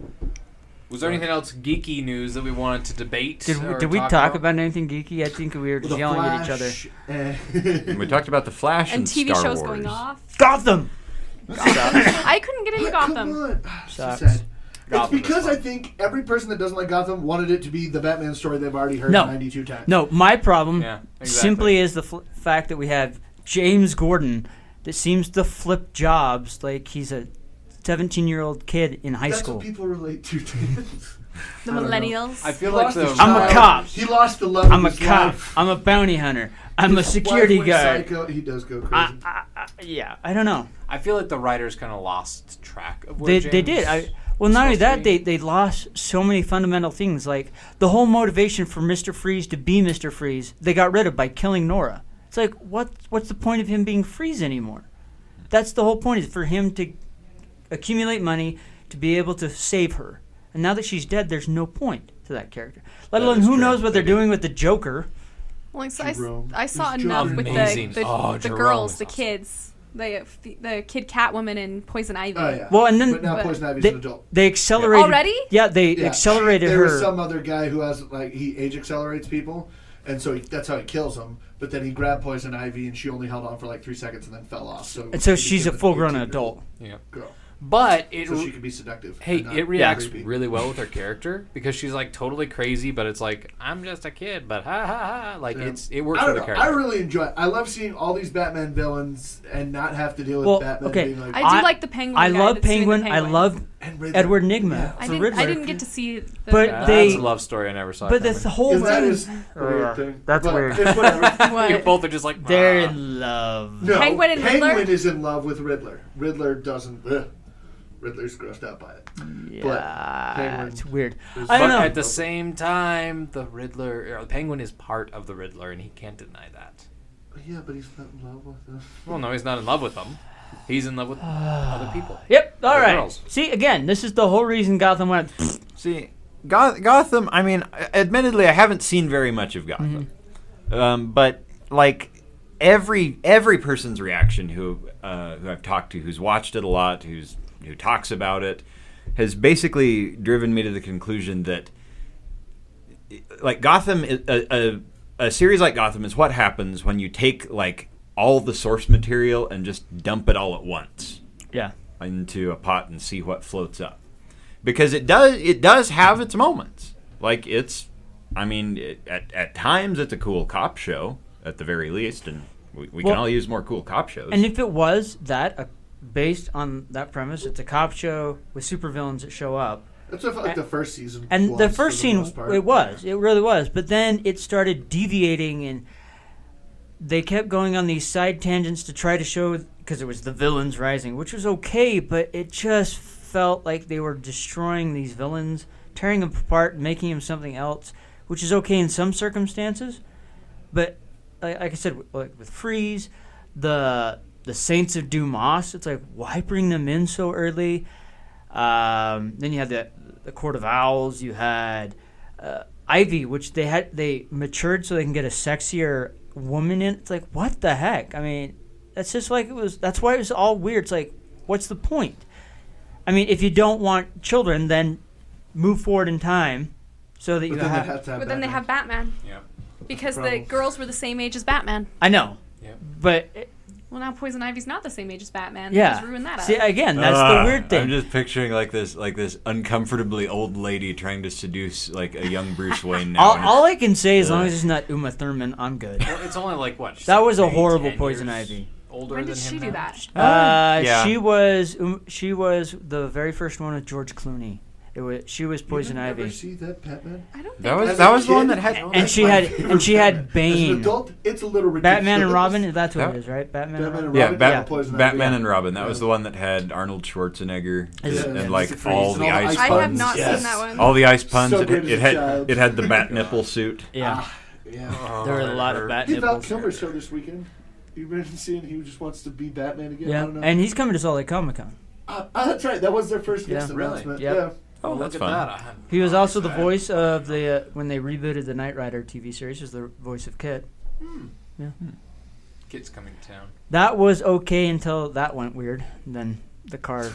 [SPEAKER 3] was there anything else geeky news that we wanted to debate?
[SPEAKER 4] Did we,
[SPEAKER 3] or
[SPEAKER 4] did we talk, about anything geeky? I think we were
[SPEAKER 5] The
[SPEAKER 4] just yelling at each other.
[SPEAKER 5] Flash and-
[SPEAKER 7] And we talked about the Flash and,
[SPEAKER 6] And TV
[SPEAKER 7] Star
[SPEAKER 6] shows
[SPEAKER 7] Wars.
[SPEAKER 6] going off.
[SPEAKER 4] Gotham.
[SPEAKER 6] I couldn't get into
[SPEAKER 5] Come
[SPEAKER 6] Gotham.
[SPEAKER 5] on. Ah, So
[SPEAKER 4] Sucks.
[SPEAKER 5] sad. It's
[SPEAKER 3] Gotham is
[SPEAKER 5] because I
[SPEAKER 3] fun.
[SPEAKER 5] think every person that doesn't like Gotham wanted it to be the Batman story they've already heard
[SPEAKER 4] No.
[SPEAKER 5] 92 times.
[SPEAKER 4] No, my problem
[SPEAKER 3] Yeah, exactly.
[SPEAKER 4] simply is the fl- fact that we have James Gordon that seems to flip jobs like he's a 17 year old kid in high
[SPEAKER 5] That's
[SPEAKER 4] school.
[SPEAKER 5] what people relate to.
[SPEAKER 6] The
[SPEAKER 5] I don't know.
[SPEAKER 6] millennials.
[SPEAKER 3] I feel
[SPEAKER 5] He
[SPEAKER 3] like
[SPEAKER 5] lost
[SPEAKER 3] the
[SPEAKER 5] his
[SPEAKER 4] I'm a
[SPEAKER 5] child.
[SPEAKER 4] cop.
[SPEAKER 5] He lost the love.
[SPEAKER 4] I'm a
[SPEAKER 5] of his
[SPEAKER 4] cop.
[SPEAKER 5] life.
[SPEAKER 4] I'm a bounty hunter. I'm a
[SPEAKER 5] His wife
[SPEAKER 4] security
[SPEAKER 5] went
[SPEAKER 4] guard.
[SPEAKER 5] psycho. He does go crazy.
[SPEAKER 4] I, I, I, yeah, I don't know.
[SPEAKER 3] I feel like the writers kind of lost track of where
[SPEAKER 4] They,
[SPEAKER 3] James
[SPEAKER 4] they did. I, well, not only
[SPEAKER 3] supposed to
[SPEAKER 4] that,
[SPEAKER 3] be.
[SPEAKER 4] they, they lost so many fundamental things. Like the whole motivation for Mr. Freeze to be Mr. Freeze, they got rid of by killing Nora. It's like, what, what's the point of him being Freeze anymore? That's the whole point, is for him to accumulate money to be able to save her. And now that she's dead, there's no point to that character. Let alone
[SPEAKER 7] is
[SPEAKER 4] who
[SPEAKER 7] true.
[SPEAKER 4] knows what they're
[SPEAKER 7] They did.
[SPEAKER 4] doing with the Joker.
[SPEAKER 6] Well, like, so I, s-
[SPEAKER 5] Jerome.
[SPEAKER 6] I saw
[SPEAKER 5] It's
[SPEAKER 6] enough
[SPEAKER 5] Jerome.
[SPEAKER 6] with the
[SPEAKER 3] Amazing.
[SPEAKER 6] the,
[SPEAKER 3] Oh,
[SPEAKER 6] the
[SPEAKER 3] Jerome
[SPEAKER 6] girls,
[SPEAKER 3] is
[SPEAKER 6] the
[SPEAKER 3] awesome.
[SPEAKER 6] kids, the the kid Catwoman and Poison Ivy.
[SPEAKER 5] oh yeah.
[SPEAKER 4] Well, and then-
[SPEAKER 5] but now
[SPEAKER 6] But-
[SPEAKER 5] Poison Ivy's
[SPEAKER 4] They,
[SPEAKER 5] an adult.
[SPEAKER 4] they accelerated.
[SPEAKER 6] Already?
[SPEAKER 4] Yeah, they
[SPEAKER 5] Yeah.
[SPEAKER 4] accelerated
[SPEAKER 5] there
[SPEAKER 4] her.
[SPEAKER 5] was some other guy who has like he age accelerates people, and so he, that's how he kills them. But then he grabbed Poison Ivy, and she only held on for like three seconds and then fell off. So
[SPEAKER 4] and so
[SPEAKER 5] she
[SPEAKER 4] she's a
[SPEAKER 5] became an
[SPEAKER 4] full grown
[SPEAKER 5] 18-year-old
[SPEAKER 4] adult.
[SPEAKER 3] Yeah.
[SPEAKER 5] girl,
[SPEAKER 3] But it.
[SPEAKER 5] so
[SPEAKER 3] re-
[SPEAKER 5] she could be seductive.
[SPEAKER 3] Hey,
[SPEAKER 5] and not
[SPEAKER 3] it reacts
[SPEAKER 5] creepy.
[SPEAKER 3] really well with her character because she's like totally crazy, but it's like I'm just a kid, but ha ha ha! Like
[SPEAKER 5] Yeah.
[SPEAKER 3] it's it works
[SPEAKER 5] I
[SPEAKER 3] for
[SPEAKER 5] don't
[SPEAKER 3] the
[SPEAKER 5] know.
[SPEAKER 3] character.
[SPEAKER 5] I really enjoy. It. I love seeing all these Batman villains and not have to deal with
[SPEAKER 4] Well,
[SPEAKER 5] Batman
[SPEAKER 4] okay.
[SPEAKER 5] being like.
[SPEAKER 6] I do
[SPEAKER 4] I-
[SPEAKER 6] like the Penguin.
[SPEAKER 4] I
[SPEAKER 6] guy
[SPEAKER 4] love
[SPEAKER 6] that's doing the
[SPEAKER 4] Penguin. I love
[SPEAKER 5] and Riddler.
[SPEAKER 4] Edward Nigma.
[SPEAKER 6] I
[SPEAKER 4] It's a
[SPEAKER 6] didn't, I
[SPEAKER 4] Riddler.
[SPEAKER 6] didn't get to see. The,
[SPEAKER 4] But
[SPEAKER 3] That's
[SPEAKER 4] they-
[SPEAKER 3] a love story I never saw.
[SPEAKER 4] But
[SPEAKER 3] coming.
[SPEAKER 4] the whole
[SPEAKER 5] Yeah, that
[SPEAKER 4] thing-
[SPEAKER 5] is a weird thing.
[SPEAKER 4] That's
[SPEAKER 5] but
[SPEAKER 4] weird.
[SPEAKER 5] It's whatever.
[SPEAKER 6] What?
[SPEAKER 3] you both are just like
[SPEAKER 4] They're
[SPEAKER 3] "Ah."
[SPEAKER 4] in love.
[SPEAKER 5] No,
[SPEAKER 6] Penguin and Riddler?
[SPEAKER 5] Penguin is in love with Riddler. Riddler doesn't. Ugh. Riddler's grossed out by it. But
[SPEAKER 4] Yeah,
[SPEAKER 5] Penguin
[SPEAKER 4] Ah, it's weird.
[SPEAKER 5] is-
[SPEAKER 4] I
[SPEAKER 3] But
[SPEAKER 4] don't know.
[SPEAKER 3] at the same time, the Riddler, or the Penguin, is part of the Riddler, and he can't deny that.
[SPEAKER 5] Yeah, but he's not in love with him.
[SPEAKER 3] Well, no, he's not in love with them. He's in love with other people.
[SPEAKER 4] Yep. All
[SPEAKER 3] They're
[SPEAKER 4] right.
[SPEAKER 3] girls.
[SPEAKER 4] See, again, this is the whole reason Gotham went.
[SPEAKER 7] See, Goth- Gotham. I mean, admittedly, I haven't seen very much of Gotham, um, but like every every person's reaction who uh, who I've talked to, who's watched it a lot, who's who talks about it, has basically driven me to the conclusion that like Gotham, is a, a, a series like Gotham is what happens when you take like all the source material and just dump it all at once.
[SPEAKER 4] Yeah.
[SPEAKER 7] Into a pot and see what floats up. Because it does it does have its moments. Like it's I mean it, at at times it's a cool cop show at the very least and we, we
[SPEAKER 4] Well-
[SPEAKER 7] can all use more cool cop shows.
[SPEAKER 4] And if it was that, uh, based on that premise, it's a cop show with supervillains that show up.
[SPEAKER 5] That's what I felt like the first season.
[SPEAKER 4] And
[SPEAKER 5] was,
[SPEAKER 4] the
[SPEAKER 5] for
[SPEAKER 4] first scene,
[SPEAKER 5] most part.
[SPEAKER 4] it was, it really was. But then it started deviating, and they kept going on these side tangents to try to show because it was the villains rising, which was okay, but it just felt like they were destroying these villains, tearing them apart, making them something else, which is okay in some circumstances. But like, like I said, w- like with Freeze, the the Saints of Dumas, it's like why bring them in so early? Um, then you had the the Court of Owls. You had uh, Ivy, which they had they matured so they can get a sexier woman in. It's like what the heck? I mean, that's just like it was. That's why it was all weird. It's like what's the point? I mean, if you don't want children, then move forward in time so that you
[SPEAKER 5] But then
[SPEAKER 4] have.
[SPEAKER 5] they had to have
[SPEAKER 6] But then they have Batman.
[SPEAKER 3] Yeah.
[SPEAKER 6] Because the
[SPEAKER 5] Problem.
[SPEAKER 6] girls were the same age as Batman.
[SPEAKER 4] I know,
[SPEAKER 3] Yep.
[SPEAKER 4] but eh,
[SPEAKER 6] Well, now Poison Ivy's not the same age as Batman.
[SPEAKER 4] Yeah.
[SPEAKER 6] They just ruined that
[SPEAKER 4] See,
[SPEAKER 6] up.
[SPEAKER 4] again, that's the
[SPEAKER 7] Ah,
[SPEAKER 4] weird thing.
[SPEAKER 7] I'm just picturing like this, like this uncomfortably old lady trying to seduce like a young Bruce Wayne. Now
[SPEAKER 4] all, all I can say, as long as it's not Uma Thurman, I'm good.
[SPEAKER 3] Well, it's only like what? she's
[SPEAKER 4] That
[SPEAKER 3] like
[SPEAKER 4] was a
[SPEAKER 3] eight,
[SPEAKER 4] horrible
[SPEAKER 3] 10
[SPEAKER 4] Poison
[SPEAKER 3] years
[SPEAKER 4] Ivy.
[SPEAKER 3] Older
[SPEAKER 6] When
[SPEAKER 3] than
[SPEAKER 6] did
[SPEAKER 3] him
[SPEAKER 6] she do
[SPEAKER 3] now.
[SPEAKER 6] that?
[SPEAKER 4] Uh,
[SPEAKER 7] yeah.
[SPEAKER 4] she was um, she was the very first one with George Clooney. It was she was Poison
[SPEAKER 5] you Ever
[SPEAKER 4] Ivy,
[SPEAKER 5] see that Batman?
[SPEAKER 6] I don't think
[SPEAKER 7] that was
[SPEAKER 5] As
[SPEAKER 7] that
[SPEAKER 5] a
[SPEAKER 7] was
[SPEAKER 5] kid,
[SPEAKER 7] the one that had.
[SPEAKER 4] and she had and she had
[SPEAKER 5] As an
[SPEAKER 4] Bane,
[SPEAKER 5] adult, it's a little ridiculous.
[SPEAKER 4] Batman and Robin. That's what
[SPEAKER 7] That-
[SPEAKER 4] it is, right? Batman,
[SPEAKER 5] Batman and
[SPEAKER 4] and
[SPEAKER 5] Robin.
[SPEAKER 7] Yeah,
[SPEAKER 5] Robin,
[SPEAKER 7] Bat-
[SPEAKER 5] yeah, Poison Ivy,
[SPEAKER 7] Batman
[SPEAKER 5] yeah.
[SPEAKER 7] and Robin. That was
[SPEAKER 5] Yeah.
[SPEAKER 7] the one that had Arnold Schwarzenegger
[SPEAKER 4] Is
[SPEAKER 7] and,
[SPEAKER 4] it-
[SPEAKER 7] and, like
[SPEAKER 5] Mr.
[SPEAKER 7] all
[SPEAKER 5] Freeze
[SPEAKER 7] the
[SPEAKER 5] and all
[SPEAKER 7] ice
[SPEAKER 5] the
[SPEAKER 6] I
[SPEAKER 5] ice
[SPEAKER 7] puns.
[SPEAKER 6] have not
[SPEAKER 5] Yes.
[SPEAKER 6] seen that one.
[SPEAKER 7] All the ice puns.
[SPEAKER 5] So
[SPEAKER 7] it,
[SPEAKER 5] good as
[SPEAKER 7] it
[SPEAKER 5] a
[SPEAKER 7] had
[SPEAKER 5] child.
[SPEAKER 7] it had the bat nipple suit.
[SPEAKER 4] Yeah,
[SPEAKER 5] Ah, Yeah.
[SPEAKER 4] there were a lot of Bat
[SPEAKER 5] Did Val
[SPEAKER 4] nipples.
[SPEAKER 5] Kilmer show this weekend? You been seeing he just wants to be Batman again? I
[SPEAKER 4] Yeah,
[SPEAKER 5] don't know.
[SPEAKER 4] and he's coming to Salt Lake Comic Con.
[SPEAKER 5] Ah, ah, that's right. That was their first
[SPEAKER 4] Yeah.
[SPEAKER 5] guest
[SPEAKER 4] Really?
[SPEAKER 5] announcement.
[SPEAKER 4] Yep.
[SPEAKER 5] Yeah.
[SPEAKER 7] Oh,
[SPEAKER 3] Look
[SPEAKER 7] that's
[SPEAKER 3] at
[SPEAKER 7] fun.
[SPEAKER 3] that. I hadn't
[SPEAKER 4] He was
[SPEAKER 3] noticed
[SPEAKER 4] also the
[SPEAKER 3] that.
[SPEAKER 4] voice of the uh, when they rebooted the Knight Rider TV series. Was the voice of Kit.
[SPEAKER 3] Kids coming to town.
[SPEAKER 4] That was okay until that went weird. And then the car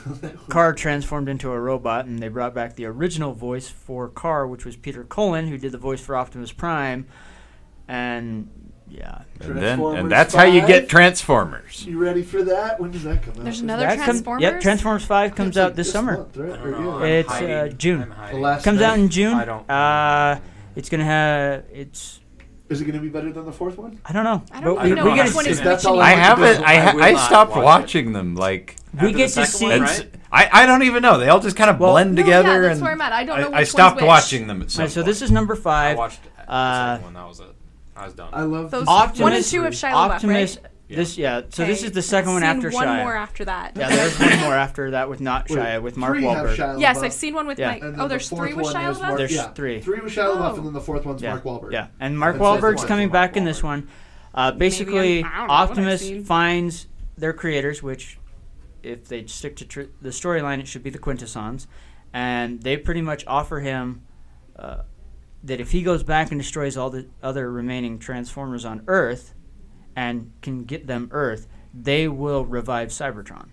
[SPEAKER 4] car transformed into a robot, and they brought back the original voice for Car, which was Peter Cullen, who did the voice for Optimus Prime. And yeah,
[SPEAKER 7] And then
[SPEAKER 5] Transformers
[SPEAKER 7] and that's how you
[SPEAKER 5] five.
[SPEAKER 7] get Transformers.
[SPEAKER 5] You ready for that? When does that come out?
[SPEAKER 6] There's
[SPEAKER 5] Is
[SPEAKER 6] another
[SPEAKER 5] that-
[SPEAKER 4] That comes-
[SPEAKER 6] Transformers.
[SPEAKER 4] yep, Transformers Five comes
[SPEAKER 5] That's
[SPEAKER 4] out
[SPEAKER 5] like
[SPEAKER 4] this summer.
[SPEAKER 5] month, right?
[SPEAKER 3] I
[SPEAKER 5] Or
[SPEAKER 3] don't know.
[SPEAKER 5] yeah.
[SPEAKER 3] I'm
[SPEAKER 4] It's,
[SPEAKER 3] hiding.
[SPEAKER 4] uh, June.
[SPEAKER 3] I'm hiding.
[SPEAKER 5] The last
[SPEAKER 4] Comes out
[SPEAKER 5] night.
[SPEAKER 4] in June.
[SPEAKER 3] I don't-
[SPEAKER 4] Uh, it's gonna have it's.
[SPEAKER 5] Is it going to be better than the fourth one?
[SPEAKER 4] I don't know.
[SPEAKER 6] I don't
[SPEAKER 4] But
[SPEAKER 6] even
[SPEAKER 4] we,
[SPEAKER 6] know
[SPEAKER 4] we
[SPEAKER 6] which
[SPEAKER 4] get
[SPEAKER 6] one
[SPEAKER 4] to
[SPEAKER 6] is
[SPEAKER 4] see-
[SPEAKER 5] That's
[SPEAKER 6] which
[SPEAKER 5] all
[SPEAKER 6] one.
[SPEAKER 7] I
[SPEAKER 5] I
[SPEAKER 7] haven't. I ha-
[SPEAKER 3] will
[SPEAKER 7] I
[SPEAKER 3] not
[SPEAKER 7] stopped
[SPEAKER 3] watch it.
[SPEAKER 7] watching them like.
[SPEAKER 4] we
[SPEAKER 3] the
[SPEAKER 4] get to
[SPEAKER 3] second
[SPEAKER 4] see.
[SPEAKER 3] one,
[SPEAKER 7] and
[SPEAKER 3] right?
[SPEAKER 7] s- I, I don't even know. They all just kind of
[SPEAKER 4] Well-
[SPEAKER 7] blend
[SPEAKER 6] No,
[SPEAKER 7] together,
[SPEAKER 6] Oh, yeah, that's
[SPEAKER 7] and
[SPEAKER 6] where I'm at. I don't know which
[SPEAKER 7] I
[SPEAKER 6] one's
[SPEAKER 7] stopped
[SPEAKER 6] which.
[SPEAKER 7] watching them at some
[SPEAKER 4] Alright, so
[SPEAKER 7] point.
[SPEAKER 4] this is number
[SPEAKER 3] I
[SPEAKER 4] five.
[SPEAKER 3] watched the
[SPEAKER 4] Uh,
[SPEAKER 3] second one. That was it. I was done.
[SPEAKER 5] I love
[SPEAKER 6] Those-
[SPEAKER 5] this.
[SPEAKER 4] Optimus,
[SPEAKER 6] One and two of Shia LaBeouf,
[SPEAKER 4] Optimus.
[SPEAKER 6] right?
[SPEAKER 4] This yeah. So this
[SPEAKER 6] Okay.
[SPEAKER 4] is the second
[SPEAKER 6] I've
[SPEAKER 4] one
[SPEAKER 6] seen
[SPEAKER 4] after
[SPEAKER 6] one
[SPEAKER 4] Shia.
[SPEAKER 6] more after that.
[SPEAKER 4] Yeah, there's one more after that with not
[SPEAKER 5] Wait,
[SPEAKER 4] Shia with Mark
[SPEAKER 5] three have
[SPEAKER 4] Wahlberg.
[SPEAKER 5] Shia
[SPEAKER 6] Yes,
[SPEAKER 5] LaBeouf,
[SPEAKER 6] I've seen one with
[SPEAKER 4] Yeah.
[SPEAKER 6] Mike.
[SPEAKER 5] and then
[SPEAKER 6] Oh,
[SPEAKER 5] the
[SPEAKER 6] there's
[SPEAKER 5] fourth
[SPEAKER 6] three with
[SPEAKER 5] one
[SPEAKER 6] Shia
[SPEAKER 5] is Mark-
[SPEAKER 6] LaBeouf.
[SPEAKER 4] There's
[SPEAKER 5] yeah,
[SPEAKER 4] three.
[SPEAKER 5] Three with Shia LaBeouf,
[SPEAKER 6] Oh.
[SPEAKER 5] and then the fourth one's
[SPEAKER 4] Yeah,
[SPEAKER 5] Mark Wahlberg.
[SPEAKER 4] yeah. And Mark
[SPEAKER 5] That's why it's
[SPEAKER 4] Wahlberg's
[SPEAKER 5] Mark
[SPEAKER 4] coming
[SPEAKER 3] Wahlberg.
[SPEAKER 4] back in this one. Uh, basically,
[SPEAKER 6] I don't know what I've seen.
[SPEAKER 4] Optimus finds their creators, which, if they stick to tr- the storyline, it should be the Quintessons, and they pretty much offer him uh, that if he goes back and destroys all the other remaining Transformers on Earth, and can get them Earth, they will revive Cybertron.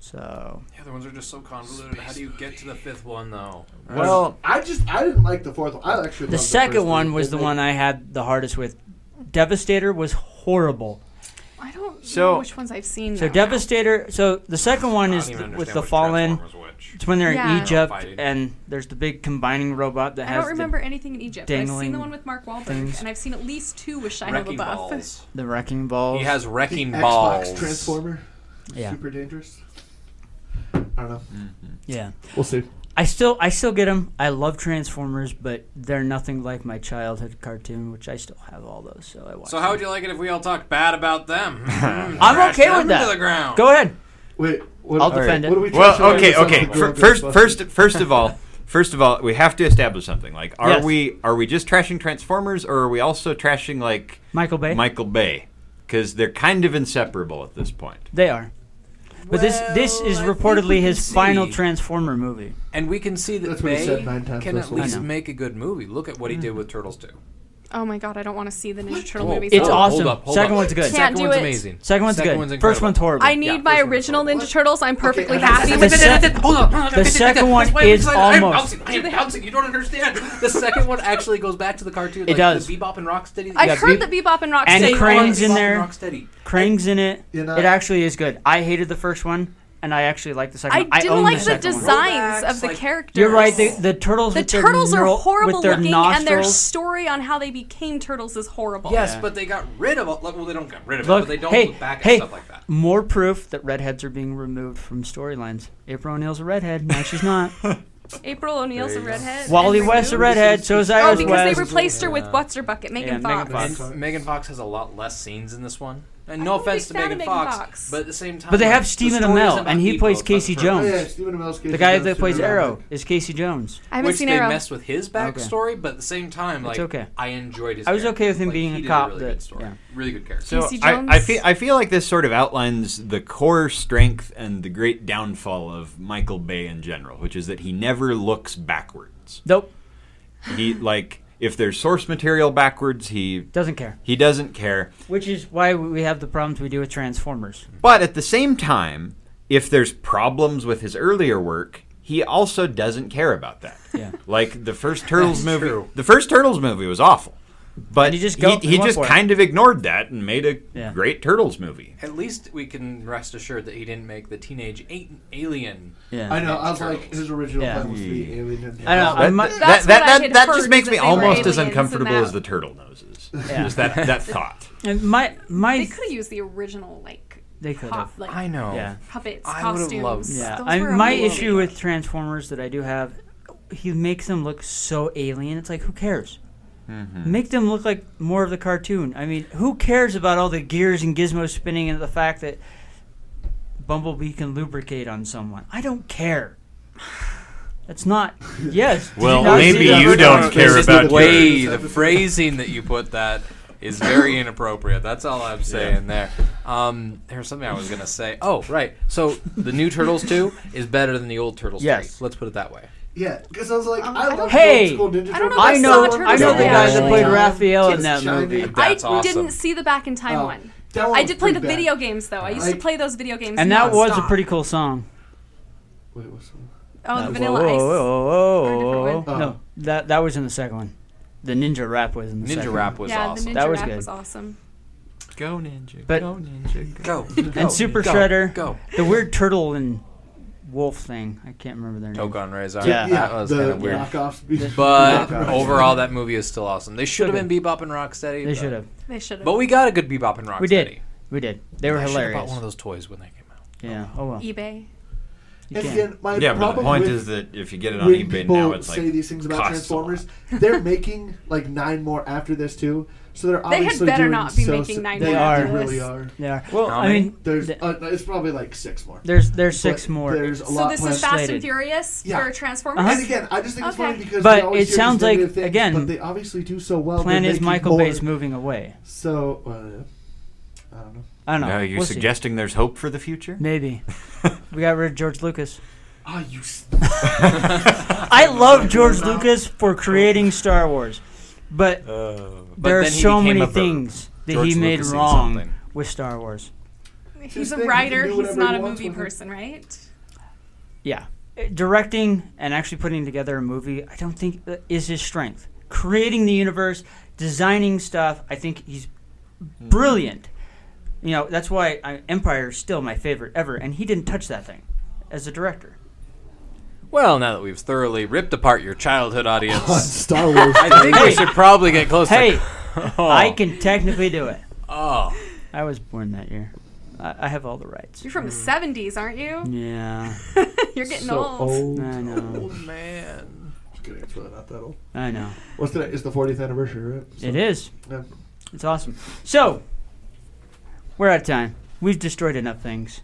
[SPEAKER 4] So
[SPEAKER 3] yeah, the ones are just so convoluted. How do you get to the fifth one though?
[SPEAKER 7] well,
[SPEAKER 5] I just I didn't like the fourth one. I actually
[SPEAKER 4] The
[SPEAKER 5] loved
[SPEAKER 4] second
[SPEAKER 5] first
[SPEAKER 4] one was
[SPEAKER 5] It
[SPEAKER 4] the
[SPEAKER 5] made-
[SPEAKER 4] one I had the hardest with. Devastator was horrible.
[SPEAKER 6] I don't
[SPEAKER 7] So-
[SPEAKER 6] know which ones I've seen.
[SPEAKER 4] So
[SPEAKER 6] though.
[SPEAKER 4] Devastator. So the second one
[SPEAKER 3] I
[SPEAKER 4] is
[SPEAKER 3] don't even
[SPEAKER 4] th- with
[SPEAKER 3] understand
[SPEAKER 4] the
[SPEAKER 3] which
[SPEAKER 4] Fallen.
[SPEAKER 3] Transformers Which.
[SPEAKER 4] It's when they're
[SPEAKER 6] Yeah.
[SPEAKER 4] in Egypt
[SPEAKER 3] Fighting.
[SPEAKER 4] and there's the big combining robot that
[SPEAKER 6] I
[SPEAKER 4] has
[SPEAKER 6] don't remember anything in Egypt. but I've seen
[SPEAKER 4] dangling
[SPEAKER 6] the one with Mark Wahlberg,
[SPEAKER 4] things.
[SPEAKER 6] and I've seen at least two with Shia
[SPEAKER 3] Wrecking
[SPEAKER 6] LaBeouf.
[SPEAKER 3] balls.
[SPEAKER 4] The, the wrecking ball.
[SPEAKER 3] He has wrecking
[SPEAKER 5] Xbox
[SPEAKER 3] balls.
[SPEAKER 5] Transformer.
[SPEAKER 4] Yeah.
[SPEAKER 5] Super dangerous. I don't know.
[SPEAKER 4] Yeah.
[SPEAKER 5] We'll see.
[SPEAKER 4] I still I still get them. I love Transformers, but they're nothing like my childhood cartoon, which I still have all those. So I watch.
[SPEAKER 3] So how would you like it if we all talked bad about them? Hmm, I'm
[SPEAKER 4] I'm okay with
[SPEAKER 3] To
[SPEAKER 4] that.
[SPEAKER 3] the ground.
[SPEAKER 4] Go ahead.
[SPEAKER 5] Wait. What,
[SPEAKER 4] I'll defend it.
[SPEAKER 5] What are we
[SPEAKER 7] well,
[SPEAKER 5] trying to
[SPEAKER 7] okay,
[SPEAKER 5] show us
[SPEAKER 7] okay.
[SPEAKER 5] about the
[SPEAKER 7] Fir-
[SPEAKER 5] girl
[SPEAKER 7] First,
[SPEAKER 5] Ghostbusters?
[SPEAKER 7] first, first of all, first of all, we have to establish something. Like, are
[SPEAKER 4] Yes.
[SPEAKER 7] we are we just trashing Transformers, or are we also trashing like
[SPEAKER 4] Michael Bay.
[SPEAKER 7] Michael Bay? Because they're kind of inseparable at this point.
[SPEAKER 4] They are. But this this
[SPEAKER 3] Well,
[SPEAKER 4] is
[SPEAKER 3] I think we
[SPEAKER 4] reportedly
[SPEAKER 3] can
[SPEAKER 4] his final
[SPEAKER 3] see.
[SPEAKER 4] Transformer movie.
[SPEAKER 3] And we can see that
[SPEAKER 5] That's what he
[SPEAKER 3] Bay
[SPEAKER 5] said nine times
[SPEAKER 3] can
[SPEAKER 5] last
[SPEAKER 3] at
[SPEAKER 5] week.
[SPEAKER 3] least
[SPEAKER 4] I know. Mm-hmm.
[SPEAKER 3] make a good movie. Look at what he did with Turtles 2.
[SPEAKER 6] Oh my god, I don't want to see the Ninja Turtle
[SPEAKER 3] Whoa.
[SPEAKER 6] movies.
[SPEAKER 4] It's
[SPEAKER 6] Oh.
[SPEAKER 4] awesome. Second one's good.
[SPEAKER 6] Can't
[SPEAKER 3] Second
[SPEAKER 6] do
[SPEAKER 3] one's
[SPEAKER 6] it.
[SPEAKER 3] amazing.
[SPEAKER 4] Second one's good. First one's horrible.
[SPEAKER 6] I need my original Ninja Turtles. I'm perfectly happy
[SPEAKER 4] The
[SPEAKER 6] with it.
[SPEAKER 4] sec- the second one
[SPEAKER 3] That's why
[SPEAKER 4] is
[SPEAKER 3] I'm excited.
[SPEAKER 4] almost.
[SPEAKER 3] I'm bouncing. I am bouncing. You don't understand. The second one actually goes back to the cartoon.
[SPEAKER 4] It
[SPEAKER 3] like
[SPEAKER 4] does.
[SPEAKER 3] The Bebop and Rocksteady.
[SPEAKER 6] I've
[SPEAKER 4] Yeah,
[SPEAKER 6] heard
[SPEAKER 4] Bebop-
[SPEAKER 6] that Bebop and Rocksteady.
[SPEAKER 4] And
[SPEAKER 6] are-
[SPEAKER 4] Crane's in
[SPEAKER 3] Bebop
[SPEAKER 4] there.
[SPEAKER 3] and Rocksteady.
[SPEAKER 4] Krang's in it.
[SPEAKER 5] You know-
[SPEAKER 4] It actually is good. I hated the first one, and I actually like the second.
[SPEAKER 6] I
[SPEAKER 4] one. I
[SPEAKER 6] didn't
[SPEAKER 4] own the
[SPEAKER 6] like the,
[SPEAKER 4] second one.
[SPEAKER 6] designs
[SPEAKER 3] Rollbacks,
[SPEAKER 6] of the
[SPEAKER 3] like-
[SPEAKER 6] characters.
[SPEAKER 4] You're right. The, the turtles.
[SPEAKER 6] The
[SPEAKER 4] with
[SPEAKER 6] turtles
[SPEAKER 4] their
[SPEAKER 6] are
[SPEAKER 4] neural-
[SPEAKER 6] horrible
[SPEAKER 4] with their
[SPEAKER 6] looking,
[SPEAKER 4] nostrils.
[SPEAKER 6] and their story on how they became turtles is horrible.
[SPEAKER 3] Yes, but they got rid of. all- Like, well, they don't get rid of it,
[SPEAKER 4] Look,
[SPEAKER 3] but they don't
[SPEAKER 4] hey,
[SPEAKER 3] look back at
[SPEAKER 4] hey,
[SPEAKER 3] stuff like that.
[SPEAKER 4] more proof that redheads are being removed from storylines. April O'Neil's a redhead. No, she's not.
[SPEAKER 6] April O'Neil's a redhead.
[SPEAKER 4] Wally
[SPEAKER 6] and
[SPEAKER 4] West's a
[SPEAKER 6] Renew-
[SPEAKER 4] redhead. So is
[SPEAKER 6] Oh,
[SPEAKER 4] Iris
[SPEAKER 6] because
[SPEAKER 4] West.
[SPEAKER 6] they replaced her with what's her bucket, Megan
[SPEAKER 4] Yeah, Megan
[SPEAKER 6] Fox.
[SPEAKER 4] Fox.
[SPEAKER 3] And Megan Fox has a lot less scenes in this one. And
[SPEAKER 6] I'm
[SPEAKER 3] no
[SPEAKER 6] not a
[SPEAKER 3] offense
[SPEAKER 6] big
[SPEAKER 3] to
[SPEAKER 6] fan of
[SPEAKER 3] Megan
[SPEAKER 6] Megan
[SPEAKER 3] Fox,
[SPEAKER 6] Fox.
[SPEAKER 3] but at the same time,
[SPEAKER 4] But they have
[SPEAKER 3] the
[SPEAKER 4] Stephen
[SPEAKER 3] story is
[SPEAKER 4] Amell,
[SPEAKER 3] about
[SPEAKER 4] and he
[SPEAKER 3] Meepo,
[SPEAKER 4] plays
[SPEAKER 3] it's about the
[SPEAKER 4] Casey
[SPEAKER 3] turtles.
[SPEAKER 4] Jones.
[SPEAKER 5] Oh, Yeah, Stephen Amell's
[SPEAKER 4] the guy that plays Arrow is Casey Jones.
[SPEAKER 6] I haven't
[SPEAKER 3] which
[SPEAKER 6] seen
[SPEAKER 3] they
[SPEAKER 6] Arrow.
[SPEAKER 3] messed with his backstory, but at the same time, like
[SPEAKER 4] okay.
[SPEAKER 3] I enjoyed his.
[SPEAKER 4] I was
[SPEAKER 3] character.
[SPEAKER 4] okay with him
[SPEAKER 3] Like,
[SPEAKER 4] being
[SPEAKER 3] he
[SPEAKER 4] a
[SPEAKER 3] did
[SPEAKER 4] cop
[SPEAKER 3] Really
[SPEAKER 4] that-
[SPEAKER 3] good story,
[SPEAKER 4] yeah.
[SPEAKER 3] really good character.
[SPEAKER 7] So
[SPEAKER 6] Casey
[SPEAKER 7] I, I
[SPEAKER 6] Jones?
[SPEAKER 7] feel I feel like this sort of outlines the core strength and the great downfall of Michael Bay in general, which is that he never looks backwards.
[SPEAKER 4] Nope,
[SPEAKER 7] He like if there's source material backwards, he
[SPEAKER 4] doesn't care.
[SPEAKER 7] he doesn't care.
[SPEAKER 4] Which is why we have the problems we do with Transformers.
[SPEAKER 7] But at the same time, if there's problems with his earlier work, he also doesn't care about that.
[SPEAKER 4] Yeah.
[SPEAKER 7] Like the first Turtles
[SPEAKER 3] That's
[SPEAKER 7] movie.
[SPEAKER 3] true.
[SPEAKER 7] The first Turtles movie was awful. But
[SPEAKER 4] And you just
[SPEAKER 7] he-
[SPEAKER 4] go-
[SPEAKER 7] he,
[SPEAKER 4] you went
[SPEAKER 7] just
[SPEAKER 4] for it.
[SPEAKER 7] kind of ignored that and made a
[SPEAKER 4] Yeah.
[SPEAKER 7] great Turtles movie.
[SPEAKER 3] At least we can rest assured that he didn't make the teenage a- alien.
[SPEAKER 4] Yeah.
[SPEAKER 5] I know. I was like, his original
[SPEAKER 4] Yeah.
[SPEAKER 5] plan was to be alien.
[SPEAKER 4] I know.
[SPEAKER 7] That,
[SPEAKER 4] I might-
[SPEAKER 7] that, that,
[SPEAKER 6] That's what I
[SPEAKER 7] that,
[SPEAKER 6] had
[SPEAKER 7] that
[SPEAKER 6] heard
[SPEAKER 7] just makes
[SPEAKER 6] that
[SPEAKER 7] me
[SPEAKER 6] they were
[SPEAKER 7] almost as
[SPEAKER 6] aliens and
[SPEAKER 7] uncomfortable
[SPEAKER 6] that-
[SPEAKER 7] as the turtle noses.
[SPEAKER 4] Yeah.
[SPEAKER 7] Just that, that thought.
[SPEAKER 4] And my my
[SPEAKER 6] They could have used the original like
[SPEAKER 4] They could
[SPEAKER 6] pop-
[SPEAKER 4] have.
[SPEAKER 6] like,
[SPEAKER 3] know.
[SPEAKER 4] yeah.
[SPEAKER 6] puppets,
[SPEAKER 3] I would've
[SPEAKER 6] costumes.
[SPEAKER 3] loved that.
[SPEAKER 4] Yeah,
[SPEAKER 6] Those
[SPEAKER 4] I,
[SPEAKER 6] were
[SPEAKER 4] my
[SPEAKER 6] amazing.
[SPEAKER 4] issue with Transformers that I do have, he makes them look so alien. It's like who cares? Make them look like more of the cartoon. I mean, who cares about all the gears and gizmos spinning and the fact that Bumblebee can lubricate on someone? I don't care. That's not. Yes. did you
[SPEAKER 7] Well,
[SPEAKER 4] not see
[SPEAKER 7] maybe
[SPEAKER 4] that?
[SPEAKER 7] you don't care
[SPEAKER 3] Just
[SPEAKER 7] about
[SPEAKER 3] the way
[SPEAKER 5] your-
[SPEAKER 3] the phrasing that you put that is very inappropriate. That's all I'm saying there. Um, there's something I was gonna say. Oh, right. So the new Turtles two is better than the old Turtles.
[SPEAKER 4] Yes.
[SPEAKER 3] 3. let's put it that way.
[SPEAKER 5] Yeah, because I was like, I love
[SPEAKER 4] Hey!
[SPEAKER 5] the old school Ninja
[SPEAKER 6] I don't know
[SPEAKER 5] Turtles.
[SPEAKER 4] I know.
[SPEAKER 6] Saw
[SPEAKER 4] I know the guy
[SPEAKER 6] Turtles
[SPEAKER 4] that
[SPEAKER 6] actually.
[SPEAKER 4] played Raphael in
[SPEAKER 5] Kids
[SPEAKER 4] that
[SPEAKER 5] China.
[SPEAKER 4] movie.
[SPEAKER 3] That's
[SPEAKER 6] I
[SPEAKER 3] awesome.
[SPEAKER 6] didn't see the back in time
[SPEAKER 5] Oh,
[SPEAKER 6] one.
[SPEAKER 5] that one
[SPEAKER 6] I
[SPEAKER 5] was
[SPEAKER 6] did play the
[SPEAKER 5] pretty bad.
[SPEAKER 6] video games though. I used to
[SPEAKER 5] I-
[SPEAKER 6] play those video games.
[SPEAKER 4] And that was a
[SPEAKER 6] nonstop.
[SPEAKER 4] pretty cool song.
[SPEAKER 5] Wait, what's the-
[SPEAKER 6] Oh, the
[SPEAKER 4] Whoa,
[SPEAKER 6] Vanilla
[SPEAKER 4] whoa,
[SPEAKER 6] Ice.
[SPEAKER 4] whoa, whoa,
[SPEAKER 6] Or a
[SPEAKER 4] whoa,
[SPEAKER 6] different
[SPEAKER 4] whoa.
[SPEAKER 5] one?
[SPEAKER 4] No, that that was in the second one. The ninja rap was in the second
[SPEAKER 3] Ninja
[SPEAKER 4] one.
[SPEAKER 3] Rap was
[SPEAKER 6] Yeah,
[SPEAKER 3] awesome.
[SPEAKER 6] the
[SPEAKER 4] That
[SPEAKER 6] Ninja
[SPEAKER 4] was
[SPEAKER 6] Rap
[SPEAKER 4] good.
[SPEAKER 6] was awesome.
[SPEAKER 7] Go ninja,
[SPEAKER 4] But- go
[SPEAKER 7] go ninja,
[SPEAKER 3] go,
[SPEAKER 4] and Super Shredder.
[SPEAKER 3] Go.
[SPEAKER 4] The weird turtle and wolf thing. I can't remember their name.
[SPEAKER 3] Togon Razor.
[SPEAKER 4] Yeah.
[SPEAKER 3] that was
[SPEAKER 5] the
[SPEAKER 3] kind of weird.
[SPEAKER 5] knockoffs.
[SPEAKER 3] But
[SPEAKER 5] knockoffs.
[SPEAKER 3] overall, that movie is still awesome. They should have been
[SPEAKER 4] Should've.
[SPEAKER 3] Bebop and Rocksteady.
[SPEAKER 4] They
[SPEAKER 3] but-
[SPEAKER 4] should have.
[SPEAKER 6] They should have.
[SPEAKER 3] But we got a good Bebop and Rocksteady.
[SPEAKER 4] We did. We did. They were
[SPEAKER 3] I should have bought
[SPEAKER 4] hilarious.
[SPEAKER 3] one of those toys when they came out.
[SPEAKER 4] Yeah. Oh well.
[SPEAKER 6] eBay.
[SPEAKER 4] You
[SPEAKER 5] And
[SPEAKER 4] can't.
[SPEAKER 5] again, my
[SPEAKER 7] Yeah, but the
[SPEAKER 5] problem
[SPEAKER 7] point
[SPEAKER 5] with
[SPEAKER 7] is that if you get it on
[SPEAKER 5] when
[SPEAKER 7] eBay
[SPEAKER 5] people
[SPEAKER 7] now, it's like
[SPEAKER 5] say these things about
[SPEAKER 7] costs a lot.
[SPEAKER 5] Transformers, they're making like nine more after this too. So they're
[SPEAKER 6] had
[SPEAKER 5] obviously
[SPEAKER 6] better
[SPEAKER 5] doing
[SPEAKER 6] not be
[SPEAKER 5] so
[SPEAKER 6] making
[SPEAKER 5] si-
[SPEAKER 6] nine
[SPEAKER 5] they
[SPEAKER 6] more
[SPEAKER 5] are,
[SPEAKER 6] after
[SPEAKER 5] they really
[SPEAKER 6] this.
[SPEAKER 5] are.
[SPEAKER 4] Yeah. Well,
[SPEAKER 3] How
[SPEAKER 4] I
[SPEAKER 3] many?
[SPEAKER 4] mean,
[SPEAKER 5] There's
[SPEAKER 4] th-
[SPEAKER 5] uh, it's probably like six more.
[SPEAKER 4] there's there's six
[SPEAKER 5] But
[SPEAKER 4] more.
[SPEAKER 5] There's a
[SPEAKER 6] So
[SPEAKER 5] lot
[SPEAKER 6] this
[SPEAKER 5] planned.
[SPEAKER 6] is Fast
[SPEAKER 4] slated.
[SPEAKER 6] and Furious
[SPEAKER 5] Yeah.
[SPEAKER 6] for Transformers.
[SPEAKER 4] Uh-huh.
[SPEAKER 5] And again, I just think it's funny
[SPEAKER 6] Okay.
[SPEAKER 5] because
[SPEAKER 4] But
[SPEAKER 5] they always
[SPEAKER 4] it
[SPEAKER 5] hear these
[SPEAKER 4] sounds like,
[SPEAKER 5] negative things,
[SPEAKER 4] again,
[SPEAKER 5] but they obviously do so well.
[SPEAKER 4] Plan
[SPEAKER 5] they're
[SPEAKER 4] is
[SPEAKER 5] making
[SPEAKER 4] Michael
[SPEAKER 5] more.
[SPEAKER 4] Bay's moving away.
[SPEAKER 5] So uh, I don't know.
[SPEAKER 4] I don't know.
[SPEAKER 7] No, you're
[SPEAKER 4] We'll see.
[SPEAKER 7] suggesting there's hope for the future?
[SPEAKER 4] Maybe. we got rid of George Lucas.
[SPEAKER 5] Ah, you. s-
[SPEAKER 4] I love George Lucas for creating Star Wars, but there are
[SPEAKER 3] then he
[SPEAKER 4] so
[SPEAKER 3] became
[SPEAKER 4] many
[SPEAKER 3] a verb.
[SPEAKER 4] things that
[SPEAKER 3] George
[SPEAKER 4] he made
[SPEAKER 3] Lucas did
[SPEAKER 4] wrong
[SPEAKER 3] something.
[SPEAKER 4] with Star Wars.
[SPEAKER 6] He's
[SPEAKER 5] Just
[SPEAKER 6] a
[SPEAKER 5] think he can
[SPEAKER 6] writer.
[SPEAKER 5] do
[SPEAKER 6] He's
[SPEAKER 5] whatever
[SPEAKER 6] not
[SPEAKER 5] he
[SPEAKER 6] a
[SPEAKER 5] wants
[SPEAKER 6] movie
[SPEAKER 5] with it.
[SPEAKER 6] person, right?
[SPEAKER 4] Yeah. Uh, Directing and actually putting together a movie, I don't think uh, is his strength. Creating the universe, designing stuff, I think he's Hmm. brilliant. You know, that's why I, Empire is still my favorite ever, and he didn't touch that thing as a director.
[SPEAKER 3] Well, now that we've thoroughly ripped apart your childhood audience,
[SPEAKER 5] Star Wars.
[SPEAKER 3] I think we should probably get close
[SPEAKER 4] Oh, Hey,
[SPEAKER 3] to. Oh,
[SPEAKER 4] I can technically do it.
[SPEAKER 3] Oh,
[SPEAKER 4] I was born that year. I, I have all the rights.
[SPEAKER 6] You're from the 70s, aren't you?
[SPEAKER 4] Yeah,
[SPEAKER 6] You're getting
[SPEAKER 5] so
[SPEAKER 6] old.
[SPEAKER 5] old.
[SPEAKER 4] I know.
[SPEAKER 3] man.
[SPEAKER 5] Oh. Just kidding, it's really not that old.
[SPEAKER 4] I know.
[SPEAKER 5] What's today? It's the 40th anniversary, right?
[SPEAKER 4] It is.
[SPEAKER 5] Yeah.
[SPEAKER 4] It's awesome. So, we're out of time. We've destroyed enough things.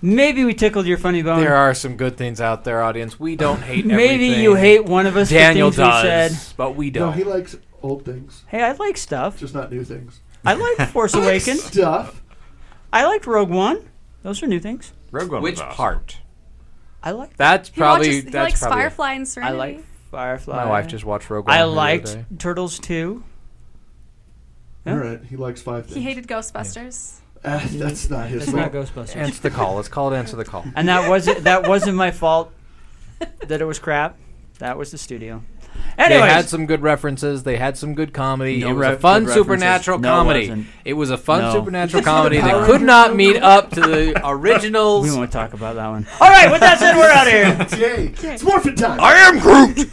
[SPEAKER 4] Maybe we tickled your funny bone.
[SPEAKER 3] There are some good things out there, audience. We don't hate
[SPEAKER 4] Maybe
[SPEAKER 3] everything.
[SPEAKER 4] you hate one of us for
[SPEAKER 3] Daniel
[SPEAKER 4] things we
[SPEAKER 3] does,
[SPEAKER 4] said.
[SPEAKER 3] but we
[SPEAKER 5] No,
[SPEAKER 3] don't.
[SPEAKER 5] he likes old things,
[SPEAKER 4] Hey, I like stuff.
[SPEAKER 5] just not new things.
[SPEAKER 4] I like Force Awakens.
[SPEAKER 5] Stuff.
[SPEAKER 4] I liked Rogue One. Those are new things.
[SPEAKER 7] Rogue One
[SPEAKER 3] Which
[SPEAKER 7] was awesome.
[SPEAKER 3] part?
[SPEAKER 4] I like.
[SPEAKER 3] That's
[SPEAKER 6] He
[SPEAKER 3] probably
[SPEAKER 6] watches, he
[SPEAKER 3] that's
[SPEAKER 6] likes
[SPEAKER 3] probably.
[SPEAKER 6] Firefly and
[SPEAKER 4] I
[SPEAKER 6] Serenity.
[SPEAKER 4] like Firefly.
[SPEAKER 3] My wife just watched Rogue One.
[SPEAKER 4] I
[SPEAKER 3] the other
[SPEAKER 4] liked
[SPEAKER 3] day.
[SPEAKER 4] Turtles 2.
[SPEAKER 5] All right, he likes five things.
[SPEAKER 6] He hated Ghostbusters.
[SPEAKER 5] Ah, that's not his.
[SPEAKER 4] That's not Ghostbusters.
[SPEAKER 3] Answer the call. Let's call it answer the call.
[SPEAKER 4] And that wasn't that wasn't my fault that it was crap. That was the studio. Anyways,
[SPEAKER 3] They had some good references. They had some good comedy.
[SPEAKER 4] No
[SPEAKER 3] it was a
[SPEAKER 4] ref-
[SPEAKER 3] fun
[SPEAKER 4] good references.
[SPEAKER 3] supernatural
[SPEAKER 4] No, it
[SPEAKER 3] comedy.
[SPEAKER 4] wasn't.
[SPEAKER 3] It was a fun
[SPEAKER 4] No.
[SPEAKER 3] supernatural
[SPEAKER 4] Is this
[SPEAKER 3] comedy
[SPEAKER 4] the
[SPEAKER 3] that
[SPEAKER 4] Power
[SPEAKER 3] could
[SPEAKER 4] Rangers
[SPEAKER 3] not meet up to the originals.
[SPEAKER 4] we won't talk about that one. All right, with that said, we're out of here.
[SPEAKER 5] Jay, it's morphin time.
[SPEAKER 3] I am Groot.